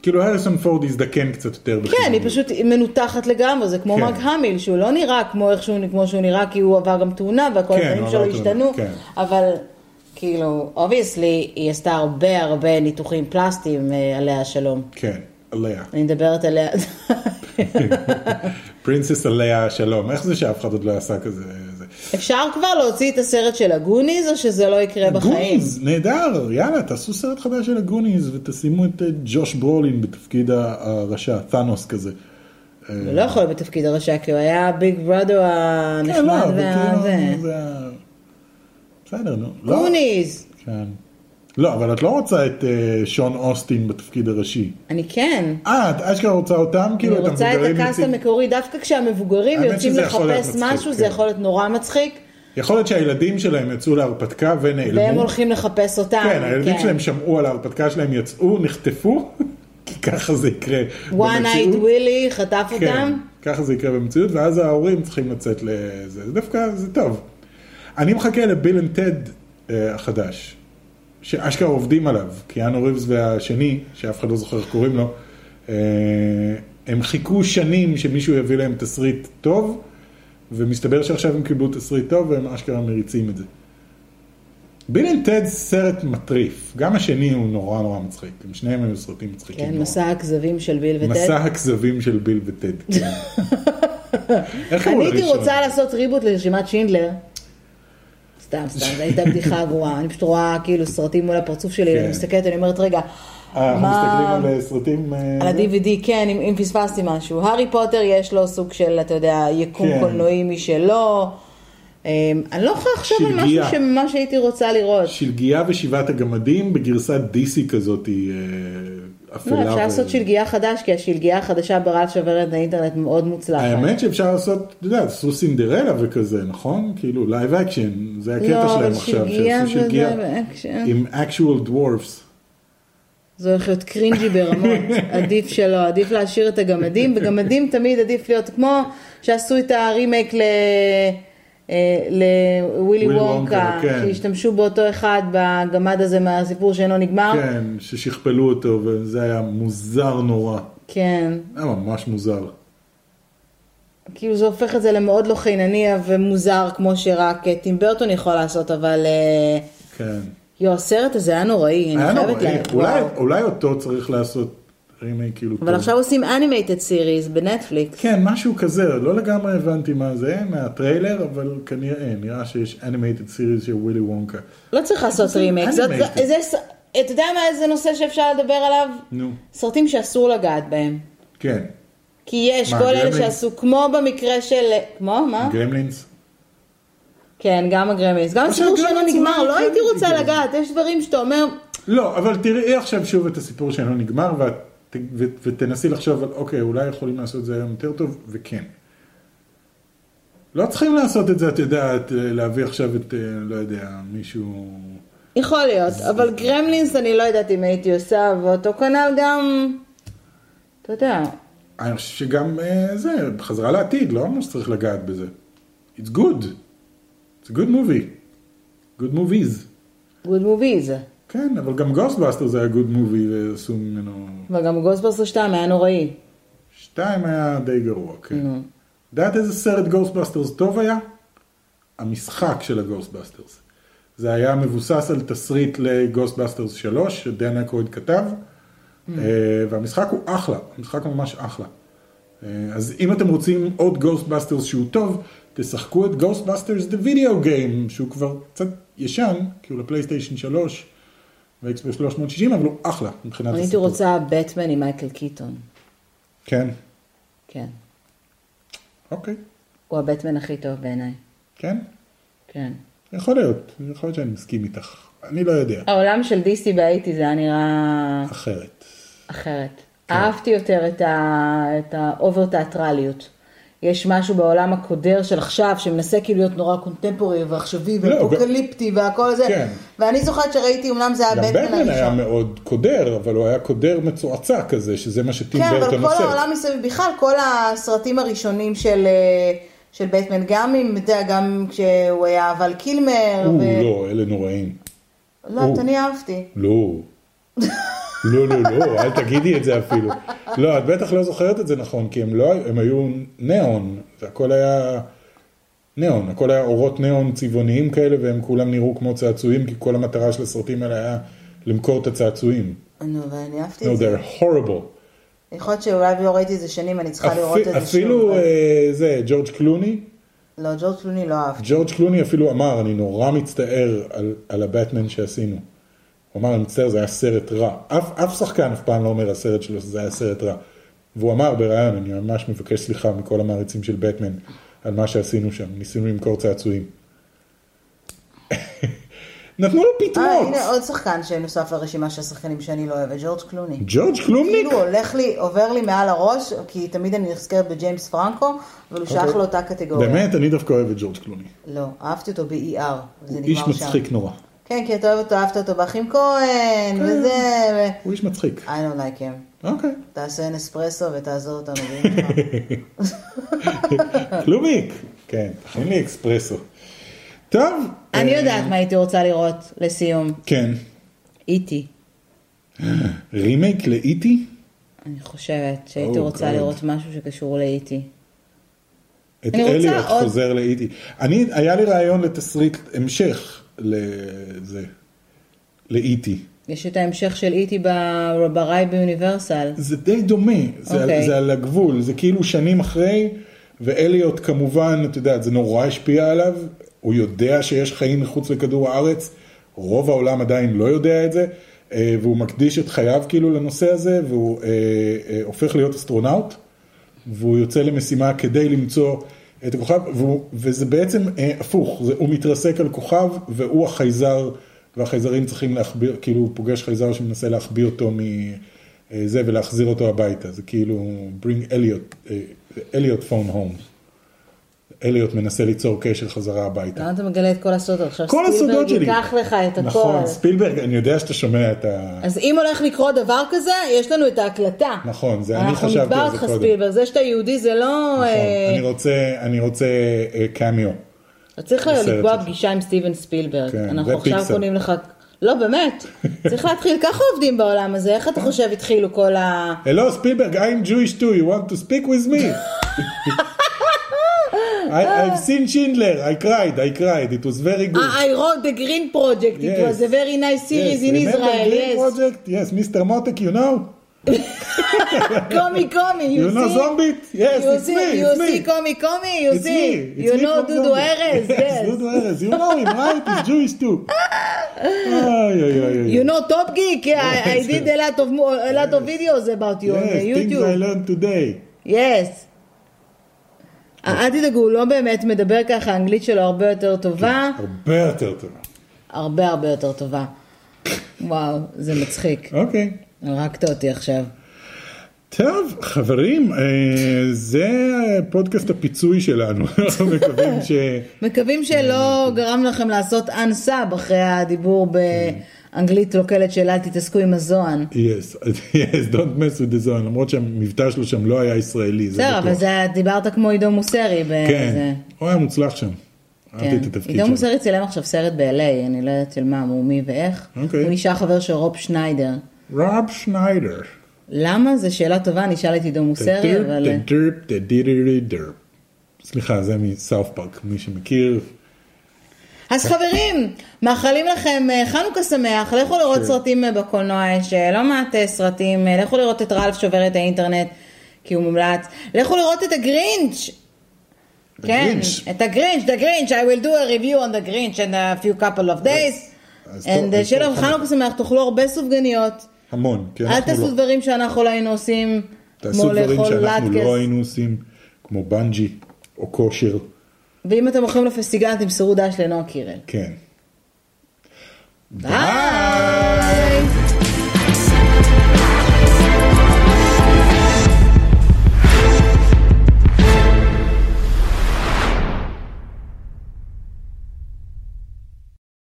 Speaker 2: כאילו הריסון פורד הזדקן קצת יותר.
Speaker 1: כן, היא
Speaker 2: בחינניות.
Speaker 1: פשוט מנותחת לגמרי, זה כמו
Speaker 2: כן.
Speaker 1: מרק המיל, שהוא לא נראה כמו איך שהוא- כמו שהוא נראה, כי הוא עבר גם תאונה והכל
Speaker 2: כן,
Speaker 1: הדברים
Speaker 2: הוא
Speaker 1: שלו
Speaker 2: עבר תאונה,
Speaker 1: השתנו,
Speaker 2: כן.
Speaker 1: אבל כאילו, אובייסלי, היא עשתה הרבה הרבה ניתוחים פלסטיים אה, עליה השלום.
Speaker 2: כן, עליה.
Speaker 1: אני מדברת עליה.
Speaker 2: פרינסס עליה השלום, איך זה שאף אחד עוד לא עשה כזה? זה?
Speaker 1: אפשר כבר להוציא את הסרט של הגוניז, או שזה לא יקרה בחיים?
Speaker 2: גוניז, נהדר, יאללה, תעשו סרט חדש של הגוניז ותשימו את אה, ג'וש ברולין בתפקיד ה- הרשע, תאנוס כזה. אה,
Speaker 1: הוא לא יכול להיות בתפקיד הרשע, כי הוא היה הביג ברודו
Speaker 2: כן, לא,
Speaker 1: הנחמד
Speaker 2: אבל
Speaker 1: וה...
Speaker 2: כאילו,
Speaker 1: זה.
Speaker 2: זה ה- בסדר, נו. לא.
Speaker 1: גוניז!
Speaker 2: כן. לא, אבל את לא רוצה את אה, שון אוסטין בתפקיד הראשי.
Speaker 1: אני כן.
Speaker 2: אה, את אשכרה רוצה אותם?
Speaker 1: אני
Speaker 2: כאילו, את
Speaker 1: רוצה את
Speaker 2: המבוגרים
Speaker 1: הקאסט
Speaker 2: יוצאים-
Speaker 1: המקורי, דווקא כשהמבוגרים
Speaker 2: האמת
Speaker 1: יוצאים
Speaker 2: שזה יכול להיות
Speaker 1: לחפש
Speaker 2: מצחיק,
Speaker 1: משהו, זה
Speaker 2: כן.
Speaker 1: יכול להיות נורא מצחיק,
Speaker 2: יכול להיות שהילדים שלהם יצאו להרפתקה ונעלמו.
Speaker 1: והם הולכים לחפש אותם.
Speaker 2: כן, הילדים שלהם שמעו על ההרפתקה שלהם, יצאו, נחטפו, [LAUGHS] כי ככה זה יקרה
Speaker 1: one eyed
Speaker 2: במציאות.
Speaker 1: ווילי חטף
Speaker 2: כן,
Speaker 1: אותם.
Speaker 2: ככה זה יקרה במציאות, ואז ההורים צריכים לצאת לזה. זה דווקא, זה טוב. אני מחכה לביל אנד טד אה, החדש, שאשכרה עובדים עליו, קיאנו ריבס והשני, שאף אחד לא זוכר איך קוראים לו, אה, הם חיכו שנים שמישהו יביא להם תסריט טוב, ומסתבר שעכשיו הם קיבלו תסריט טוב והם אשכרה מריצים את זה. ביל אנד טד סרט מטריף, גם השני הוא נורא נורא מצחיק, הם שניהם היו סרטים מצחיקים
Speaker 1: כן,
Speaker 2: נורא.
Speaker 1: מסע הכזבים של ביל וטד.
Speaker 2: מסע הכזבים של ביל וטד.
Speaker 1: [LAUGHS]
Speaker 2: כן. איך קראו
Speaker 1: אני הייתי
Speaker 2: לראשון?
Speaker 1: רוצה לעשות ריבוט לרשימת שינדלר. סתם, סתם, זו הייתה בדיחה גרועה. אני פשוט רואה כאילו סרטים מול הפרצוף שלי,
Speaker 2: כן.
Speaker 1: ואני מסתכלת, אני אומרת, רגע,
Speaker 2: אה, אנחנו
Speaker 1: מה...
Speaker 2: מסתכלים על אה, סרטים... אה,
Speaker 1: על ה-DVD, כן, אם, אם פספסתי משהו. הארי פוטר יש לו סוג של, אתה יודע, יקום
Speaker 2: כן.
Speaker 1: קולנועי משלו. אמ, אני לא יכולה לחשוב על משהו
Speaker 2: שלגיה.
Speaker 1: שממש הייתי רוצה לראות.
Speaker 2: שלגיה ושבעת הגמדים בגרסת DC כזאת היא אה,
Speaker 1: לא,
Speaker 2: אפלה.
Speaker 1: אפשר
Speaker 2: ו-
Speaker 1: לעשות שלגיה חדש, כי השלגיה החדשה ברעל שוברת האינטרנט מאוד מוצלחת.
Speaker 2: האמת שאפשר לעשות, אתה יודע, עשו סינדרלה וכזה, נכון? כאילו לייב אקשן, זה הקטע
Speaker 1: לא,
Speaker 2: שלהם
Speaker 1: אבל
Speaker 2: עכשיו,
Speaker 1: שלגיה
Speaker 2: שעשו שלגיה
Speaker 1: וזה אה, באקשן.
Speaker 2: עם actual dwarfs.
Speaker 1: זה הולך להיות קרינג'י ברמות,
Speaker 2: [LAUGHS]
Speaker 1: עדיף שלא, עדיף להשאיר את הגמדים, בגמדים תמיד עדיף להיות כמו שעשו את הרימייק ל... אה, לווילי
Speaker 2: ווילי
Speaker 1: וונקה,
Speaker 2: וונקה, כן.
Speaker 1: שהשתמשו באותו אחד בגמד הזה מהסיפור שאינו נגמר.
Speaker 2: כן, ששכפלו אותו, וזה היה מוזר נורא.
Speaker 1: כן.
Speaker 2: היה ממש מוזר.
Speaker 1: כאילו זה הופך את זה למאוד לא חינני ומוזר, כמו שרק אה, טים ברטון יכול לעשות, אבל... אה,
Speaker 2: כן.
Speaker 1: יו, הסרט הזה היה נוראי, אני
Speaker 2: היה
Speaker 1: חייבת
Speaker 2: נוראי,
Speaker 1: להגיד.
Speaker 2: אולי-
Speaker 1: וואו.
Speaker 2: אולי אותו צריך לעשות רימייק כאילו טוב.
Speaker 1: אבל עכשיו עושים אנימייטד סיריס בנטפליקס.
Speaker 2: כן, משהו כזה, לא לגמרי הבנתי מה זה מהטריילר, אבל כנראה, אה, נראה שיש אנימייטד סיריס של ווילי וונקה.
Speaker 1: לא צריך לעשות רימייק, זאת-
Speaker 2: animated.
Speaker 1: זה- זה- אתה יודע מה איזה נושא שאפשר לדבר עליו?
Speaker 2: נו,
Speaker 1: סרטים שאסור לגעת בהם.
Speaker 2: כן,
Speaker 1: כי יש
Speaker 2: מה,
Speaker 1: כל אלה
Speaker 2: גרמלינס?
Speaker 1: שעשו, כמו במקרה של... כמו? מה?
Speaker 2: גרמלינס.
Speaker 1: כן, גם הגרמיס. גם הסיפור
Speaker 2: עכשיו,
Speaker 1: שלנו
Speaker 2: גרמלינס
Speaker 1: נגמר,
Speaker 2: אולי
Speaker 1: לא הייתי
Speaker 2: כן,
Speaker 1: רוצה
Speaker 2: כן.
Speaker 1: לגעת, יש דברים שאתה אומר,
Speaker 2: לא, אבל תראי עכשיו שוב את הסיפור שאינו נגמר, ואת- ו- ותנסי לחשוב על, אוקיי, אולי יכולים לעשות את זה היום יותר טוב, וכן. לא צריכים לעשות את זה, את יודעת, להביא עכשיו את, אה, לא יודע, מישהו...
Speaker 1: יכול להיות, אבל גרמלינס אני לא יודעת אם הייתי עושה, ואותו כנ"ל גם, אתה יודע,
Speaker 2: אני חושב שגם אה, זה, חזרה לעתיד, לא אמרנו שצריך לגעת בזה. It's good. It's a good movie. Good movies.
Speaker 1: גוד מוביז.
Speaker 2: כן, אבל גם גוסטבאסטר זה היה good movie ועשו ממנו...
Speaker 1: וגם גוסברס 2 היה נוראי.
Speaker 2: שתיים היה די גרוע, כן.
Speaker 1: נו.
Speaker 2: יודעת איזה סרט גוסטבאסטרס טוב היה? המשחק של הגוסטבאסטרס. זה היה מבוסס על תסריט לגוסטבאסטרס 3, שדן אקרויד כתב,
Speaker 1: Mm.
Speaker 2: אה, והמשחק הוא אחלה, המשחק הוא ממש אחלה. אה, אז אם אתם רוצים עוד גוסטבאסטרס שהוא טוב, תשחקו את גוסטבאסטרס דה וידאו גיים, שהוא כבר קצת ישן, כי הוא לפלייסטיישן 3 ואקספרס 360, אבל הוא אחלה מבחינת
Speaker 1: הייתי רוצה בטמן עם מייקל קיטון.
Speaker 2: כן,
Speaker 1: כן.
Speaker 2: אוקיי,
Speaker 1: הוא הבטמן הכי טוב בעיניי.
Speaker 2: כן.
Speaker 1: כן.
Speaker 2: יכול להיות, יכול להיות שאני מסכים איתך. אני לא יודע.
Speaker 1: העולם של DC בהאיטי זה היה נראה
Speaker 2: אחרת.
Speaker 1: אחרת.
Speaker 2: כן.
Speaker 1: אהבתי יותר את ה- את האובר תיאטרליות. יש משהו בעולם הקודר של עכשיו, שמנסה כאילו להיות נורא קונטמפורי ועכשווי
Speaker 2: לא,
Speaker 1: ואפוקליפטי והכל זה.
Speaker 2: כן.
Speaker 1: ואני זוכרת שראיתי, אמנם זה היה
Speaker 2: גם
Speaker 1: בטמן
Speaker 2: בטמן היה
Speaker 1: הראשון.
Speaker 2: מאוד קודר, אבל הוא היה קודר מצועצע כזה, שזה מה שטים
Speaker 1: כן, אבל
Speaker 2: ברטון
Speaker 1: כל
Speaker 2: עושה.
Speaker 1: העולם מסביב, בכלל כל הסרטים הראשונים של... אה, של בטמן, גם אם, אתה יודע, גם כשהוא היה אבל קילמר,
Speaker 2: הוא
Speaker 1: ו-
Speaker 2: לא, אלה נוראים.
Speaker 1: לא,
Speaker 2: הוא.
Speaker 1: את אני אהבתי.
Speaker 2: לא. לא, לא, לא, אל תגידי את זה אפילו. לא, את בטח לא זוכרת את זה נכון, כי הם לא, הם היו ניאון, זה הכל היה ניאון, הכל היה אורות ניאון צבעוניים כאלה, והם כולם נראו כמו צעצועים, כי כל המטרה של הסרטים האלה היה למכור את הצעצועים.
Speaker 1: נו, אבל אני
Speaker 2: No,
Speaker 1: אהבתי את זה.
Speaker 2: they're horrible.
Speaker 1: יכול להיות שאולי לא ראיתי את זה שנים, אני צריכה לראות את זה
Speaker 2: אפי-
Speaker 1: שוב.
Speaker 2: אפילו אה, זה, ג'ורג' קלוני,
Speaker 1: לא, ג'ורג' קלוני לא אהבתי.
Speaker 2: ג'ורג' קלוני אפילו אמר, אני נורא מצטער על, על הבטמן שעשינו. הוא אמר, אני מצטער, זה היה סרט רע. אף, אף שחקן אף פעם לא אומר הסרט שלו שזה היה סרט רע. והוא אמר בריאיון, אני ממש מבקש סליחה מכל המעריצים של בטמן על מה שעשינו שם, ניסינו למכור צעצועים. [LAUGHS] נתנו לו
Speaker 1: אה,
Speaker 2: פתרונות.
Speaker 1: הנה עוד שחקן שנוסף לרשימה של השחקנים שאני לא אוהבת, ג'ורג' קלוני.
Speaker 2: ג'ורג' קלומניק?
Speaker 1: כאילו הוא הולך לי, עובר לי מעל הראש, כי תמיד אני נזכרת בג'יימס פרנקו, אבל הוא שייך לאותה קטגוריה.
Speaker 2: אוקיי. באמת, אני דווקא אוהב את ג'ורג' קלוני.
Speaker 1: לא, אהבתי אותו ב-ER,
Speaker 2: הוא
Speaker 1: זה
Speaker 2: איש
Speaker 1: נגמר שם.
Speaker 2: מצחיק כן. נורא.
Speaker 1: כן, כי אתה אוהב אותו, אהבת אותו באחים כהן, וזה... ו-
Speaker 2: הוא איש מצחיק.
Speaker 1: I don't like him.
Speaker 2: אוקיי.
Speaker 1: תעשה נספרסו ותעזור אותנו
Speaker 2: [LAUGHS]
Speaker 1: באימך.
Speaker 2: קלומיק. כן, תכין לי אקספרסו. טוב.
Speaker 1: אני
Speaker 2: אה,
Speaker 1: יודעת מה הייתי רוצה לראות, לסיום. E
Speaker 2: כן.
Speaker 1: איטי.
Speaker 2: רימייק לאיטי?
Speaker 1: אני חושבת שהייתי
Speaker 2: Oh,
Speaker 1: רוצה
Speaker 2: God.
Speaker 1: לראות משהו שקשור לאיטי.
Speaker 2: את
Speaker 1: אני רוצה
Speaker 2: אליוט
Speaker 1: עוד-
Speaker 2: חוזר לאיטי. אני, היה לי רעיון לתסריט המשך לזה, לאיטי.
Speaker 1: יש את ההמשך של איטי ב- בריי באוניברסל.
Speaker 2: זה די דומה, זה, okay. על,
Speaker 1: אוקיי.
Speaker 2: זה על הגבול, זה כאילו שנים אחרי, ואליוט כמובן, את יודעת, זה נורא השפיע עליו, הוא יודע שיש חיים מחוץ לכדור הארץ, רוב העולם עדיין לא יודע את זה, אה, והוא מקדיש את חייו כאילו לנושא הזה, והוא אה, אה, הופך להיות אסטרונאוט, והוא יוצא למשימה כדי למצוא את הכוכב, והוא, וזה בעצם אה, הפוך, זה, הוא מתרסק על כוכב, והוא החייזר, והחייזרים צריכים להחביא, כאילו הוא פוגש חייזר שמנסה להחביא אותו מ... אה, זה ולהחזיר אותו הביתה, זה כאילו bring Elliot, אה, Elliot phone home. אליוט מנסה ליצור קשר חזרה הביתה.
Speaker 1: למה אתה מגלה את כל הסודות? עכשיו
Speaker 2: כל הסודות שלי.
Speaker 1: אה, ייקח לך את הכל.
Speaker 2: נכון, ספילברג, אני יודע שאתה שומע את ה...
Speaker 1: אז אם הולך לקרות דבר כזה, יש לנו את ההקלטה.
Speaker 2: נכון, זה אני חשבתי
Speaker 1: אנחנו נתבע
Speaker 2: על זה
Speaker 1: אותך
Speaker 2: קודם.
Speaker 1: ספילברג, זה שאתה יהודי זה לא...
Speaker 2: נכון,
Speaker 1: אה,
Speaker 2: אני רוצה, אני רוצה אה, קמיו.
Speaker 1: אז צריך
Speaker 2: בסרט
Speaker 1: לקבוע
Speaker 2: הזה.
Speaker 1: פגישה עם סטיבן ספילברג.
Speaker 2: כן,
Speaker 1: אנחנו
Speaker 2: זה
Speaker 1: עכשיו
Speaker 2: פיקסאר.
Speaker 1: קונים לך... לא, באמת. צריך להתחיל, ככה עובדים בעולם הזה, איך אתה
Speaker 2: נכון.
Speaker 1: חושב התחילו כל ה...
Speaker 2: Hello, Spielberg, I'm Jewish too. You want to speak with me?
Speaker 1: [LAUGHS]
Speaker 2: I, I've seen Schindler. I cried. I cried. It was very good.
Speaker 1: I wrote the green project, it
Speaker 2: Yes.
Speaker 1: was a very nice series ah, in
Speaker 2: remember
Speaker 1: Israel,
Speaker 2: Green
Speaker 1: yes.
Speaker 2: Project? Yes, Mr. Motek, you know?
Speaker 1: קומי קומי,
Speaker 2: You, know zombie? Yes,
Speaker 1: You
Speaker 2: it's me.
Speaker 1: see, you
Speaker 2: it's me.
Speaker 1: see, קומי קומי, you
Speaker 2: It's me.
Speaker 1: see,
Speaker 2: It's
Speaker 1: you
Speaker 2: me
Speaker 1: know
Speaker 2: from
Speaker 1: דודו
Speaker 2: zombie. [LAUGHS]
Speaker 1: ארז,
Speaker 2: yes.
Speaker 1: yes.
Speaker 2: Dudu Erez. You know him, right? He's Jewish
Speaker 1: [LAUGHS]
Speaker 2: too. Ay, ay, ay, ay.
Speaker 1: You know Top Geek, I, I did a lot of mo- a lot of videos about you on
Speaker 2: yes,
Speaker 1: uh,
Speaker 2: things I
Speaker 1: YouTube.
Speaker 2: learned today.
Speaker 1: Yes. אל תדאגו, הוא לא באמת מדבר ככה, האנגלית שלו הרבה יותר טובה,
Speaker 2: הרבה יותר טוב.
Speaker 1: הרבה הרבה יותר טובה. וואו, זה מצחיק.
Speaker 2: אוקיי.
Speaker 1: הרגת אותי עכשיו.
Speaker 2: טוב, חברים, אה, זה פודקאסט הפיצוי שלנו. [LAUGHS] אנחנו מקווים ש...
Speaker 1: מקווים שלא גרם לכם לעשות אנסאב אחרי הדיבור באנגלית לוקלת של אל תתעסקו עם הזוהן.
Speaker 2: Yes, yes, don't mess with the zone, למרות שהמבטא שלו שם לא היה ישראלי, זה
Speaker 1: בסדר, אבל
Speaker 2: בטוח.
Speaker 1: זה דיברת כמו עידו מוסרי. בזה.
Speaker 2: כן, הוא היה מוצלח שם.
Speaker 1: כן.
Speaker 2: אהבתי את התפקיד
Speaker 1: עידו
Speaker 2: שלו.
Speaker 1: מוסרי צילם עכשיו סרט ב-LA, אני לא יודעת של מה, מו, מי ואיך.
Speaker 2: אוקיי.
Speaker 1: הוא נשאר חבר של רוב שניידר.
Speaker 2: רב שניידר.
Speaker 1: למה? זו שאלה טובה, אני אשאל את עידו מוסרי,
Speaker 2: טרפ,
Speaker 1: אבל...
Speaker 2: טרפ, טדידידי, טרפ. סליחה, זה מסאוף פארק, מי שמכיר.
Speaker 1: אז
Speaker 2: כן.
Speaker 1: חברים, מאחלים לכם אה, חנוכה שמח, לכו לראות
Speaker 2: כן.
Speaker 1: סרטים אה, בקולנוע, יש אה, לא מעט אה, סרטים, אה, לכו לראות את רלף שובר את האינטרנט, כי הוא מומלץ, לכו לראות את הגרינץ', כן,
Speaker 2: הגרינץ'.
Speaker 1: את הגרינץ', the גרינץ', I will do a review on the גרינץ' in a few couple of days,
Speaker 2: אז טוב,
Speaker 1: and אה,
Speaker 2: אז
Speaker 1: שיהיה
Speaker 2: טוב,
Speaker 1: לכם חנוכה שמח, תאכלו הרבה סופגניות,
Speaker 2: המון, כי
Speaker 1: אל
Speaker 2: אנחנו
Speaker 1: תעשו
Speaker 2: לא.
Speaker 1: דברים שאנחנו לא היינו עושים,
Speaker 2: תעשו
Speaker 1: כמו
Speaker 2: דברים
Speaker 1: לאכול
Speaker 2: שאנחנו
Speaker 1: לטקס,
Speaker 2: לא היינו עושים, כמו בנג'י או כושר,
Speaker 1: ואם אתם הולכים לפסטיגל תמסרו דש לנועה קירל.
Speaker 2: כן.
Speaker 1: ביי!